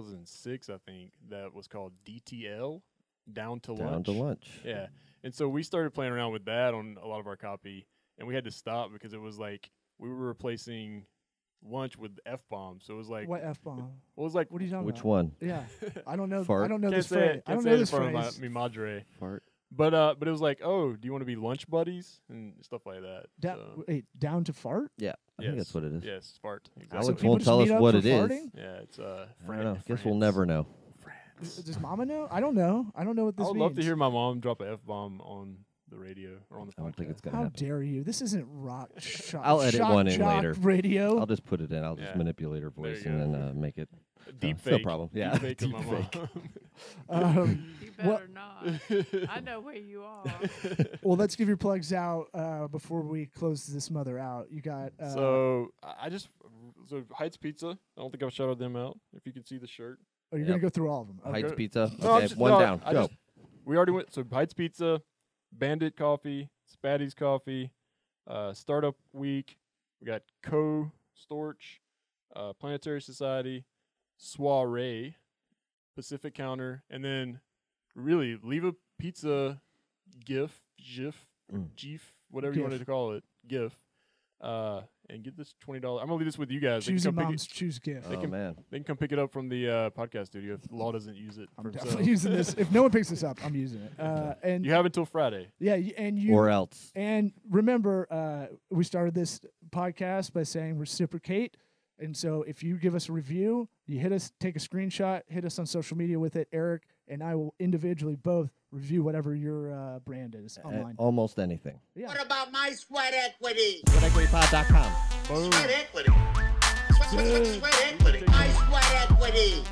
[SPEAKER 4] 2006 I think that was called DTL, down to
[SPEAKER 3] Down
[SPEAKER 4] lunch.
[SPEAKER 3] to lunch.
[SPEAKER 4] Yeah. And so we started playing around with that on a lot of our copy, and we had to stop because it was like we were replacing lunch with f bombs. So it was like
[SPEAKER 2] what f bomb?
[SPEAKER 4] it was like
[SPEAKER 2] What are you talking
[SPEAKER 3] Which
[SPEAKER 2] about?
[SPEAKER 3] one?
[SPEAKER 2] Yeah, I don't know. I
[SPEAKER 3] Fart?
[SPEAKER 2] don't know
[SPEAKER 4] can't
[SPEAKER 2] this
[SPEAKER 4] say
[SPEAKER 2] phrase.
[SPEAKER 4] it,
[SPEAKER 2] I don't
[SPEAKER 4] can't
[SPEAKER 2] know
[SPEAKER 4] say it in
[SPEAKER 2] this
[SPEAKER 4] front
[SPEAKER 2] phrase.
[SPEAKER 4] of my, me madre.
[SPEAKER 3] Fart.
[SPEAKER 4] But uh, but it was like, oh, do you want to be lunch buddies and stuff like that?
[SPEAKER 2] Da-
[SPEAKER 4] so,
[SPEAKER 2] wait, down to fart?
[SPEAKER 3] Yeah. I think that's what it is.
[SPEAKER 4] Yes, fart.
[SPEAKER 3] Alex
[SPEAKER 2] So
[SPEAKER 4] Exactly.
[SPEAKER 2] people
[SPEAKER 3] won't
[SPEAKER 2] just
[SPEAKER 3] tell
[SPEAKER 2] meet
[SPEAKER 3] us
[SPEAKER 2] up
[SPEAKER 3] what
[SPEAKER 2] for
[SPEAKER 3] it is.
[SPEAKER 2] farting?
[SPEAKER 4] Yeah, it's uh.
[SPEAKER 3] I
[SPEAKER 4] Fran-
[SPEAKER 3] don't know. Guess we'll
[SPEAKER 4] France.
[SPEAKER 3] never know.
[SPEAKER 2] Does- Does Mama know? I don't know. I don't know what
[SPEAKER 4] I
[SPEAKER 2] this
[SPEAKER 4] would
[SPEAKER 2] means.
[SPEAKER 4] love to hear my mom drop a f bomb on the radio or on the
[SPEAKER 3] I don't think
[SPEAKER 4] podcast.
[SPEAKER 3] it's gonna
[SPEAKER 2] How
[SPEAKER 3] happen.
[SPEAKER 2] dare you? This isn't rock. Shock,
[SPEAKER 3] I'll edit
[SPEAKER 2] shock
[SPEAKER 3] one in
[SPEAKER 2] jock
[SPEAKER 3] later.
[SPEAKER 2] Radio.
[SPEAKER 3] I'll just put it in. I'll just
[SPEAKER 4] Yeah.
[SPEAKER 3] manipulate her
[SPEAKER 4] There
[SPEAKER 3] voice
[SPEAKER 4] you
[SPEAKER 3] and
[SPEAKER 4] go.
[SPEAKER 3] then uh, make it.
[SPEAKER 4] deep
[SPEAKER 3] no
[SPEAKER 4] fake.
[SPEAKER 3] problem. Yeah,
[SPEAKER 4] deep fake. of my
[SPEAKER 3] deepfake.
[SPEAKER 4] mom.
[SPEAKER 2] um,
[SPEAKER 5] You
[SPEAKER 2] What-
[SPEAKER 5] better not.
[SPEAKER 2] Um,
[SPEAKER 5] I know where you are.
[SPEAKER 2] well, let's give your plugs out uh, before we close this mother out. You got uh,
[SPEAKER 4] so I I just so Heights Pizza. I don't think I've shouted them out. If you can see the shirt,
[SPEAKER 2] Oh, you're
[SPEAKER 3] Yep.
[SPEAKER 2] gonna go through all of them. Okay.
[SPEAKER 3] Heights Pizza. Okay,
[SPEAKER 4] No, I'm just-
[SPEAKER 3] one
[SPEAKER 4] no,
[SPEAKER 3] down.
[SPEAKER 4] I
[SPEAKER 3] Go.
[SPEAKER 4] just- we already went. So Heights Pizza, Bandit Coffee, Spatty's Coffee, uh, Startup Week. We got Co Storch, uh, Planetary Society, Soiree, Pacific Counter, and then really leave a pizza GIF, GIF, or
[SPEAKER 3] Mm.
[SPEAKER 4] GIF, whatever you wanted
[SPEAKER 2] GIF.
[SPEAKER 4] to call it, GIF. Uh, and get this twenty dollars. I'm gonna leave this with you guys. They can
[SPEAKER 2] Choose a
[SPEAKER 4] come pick it-
[SPEAKER 2] mom's choose gift.
[SPEAKER 4] they
[SPEAKER 3] oh
[SPEAKER 4] can-
[SPEAKER 3] man.
[SPEAKER 4] They can come pick it up from the uh, podcast studio if Law doesn't use it.
[SPEAKER 2] I'm
[SPEAKER 4] for
[SPEAKER 2] definitely
[SPEAKER 4] himself.
[SPEAKER 2] using this. If no one picks this up, I'm using it. Uh, and
[SPEAKER 4] You have until Friday.
[SPEAKER 2] yeah, y- and you
[SPEAKER 3] Or else.
[SPEAKER 2] And remember, uh, we started this podcast by saying reciprocate. And so if you give us a review, you hit us, take a screenshot, hit us on social media with it. Eric and I will individually both review whatever your uh, brand is
[SPEAKER 3] Uh,
[SPEAKER 2] online.
[SPEAKER 3] almost anything.
[SPEAKER 2] Yeah.
[SPEAKER 1] What about my sweat equity?
[SPEAKER 3] SweatEquityPod.com.
[SPEAKER 4] Boom.
[SPEAKER 1] Sweat equity. Sweat, sweat, sweat, sweat equity. My sweat equity.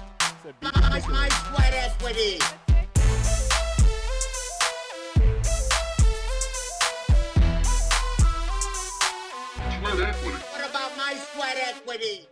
[SPEAKER 4] Said beat the
[SPEAKER 1] My,
[SPEAKER 4] dick
[SPEAKER 1] my
[SPEAKER 4] away.
[SPEAKER 1] sweat equity.
[SPEAKER 6] Sweat equity.
[SPEAKER 1] What about my sweat equity?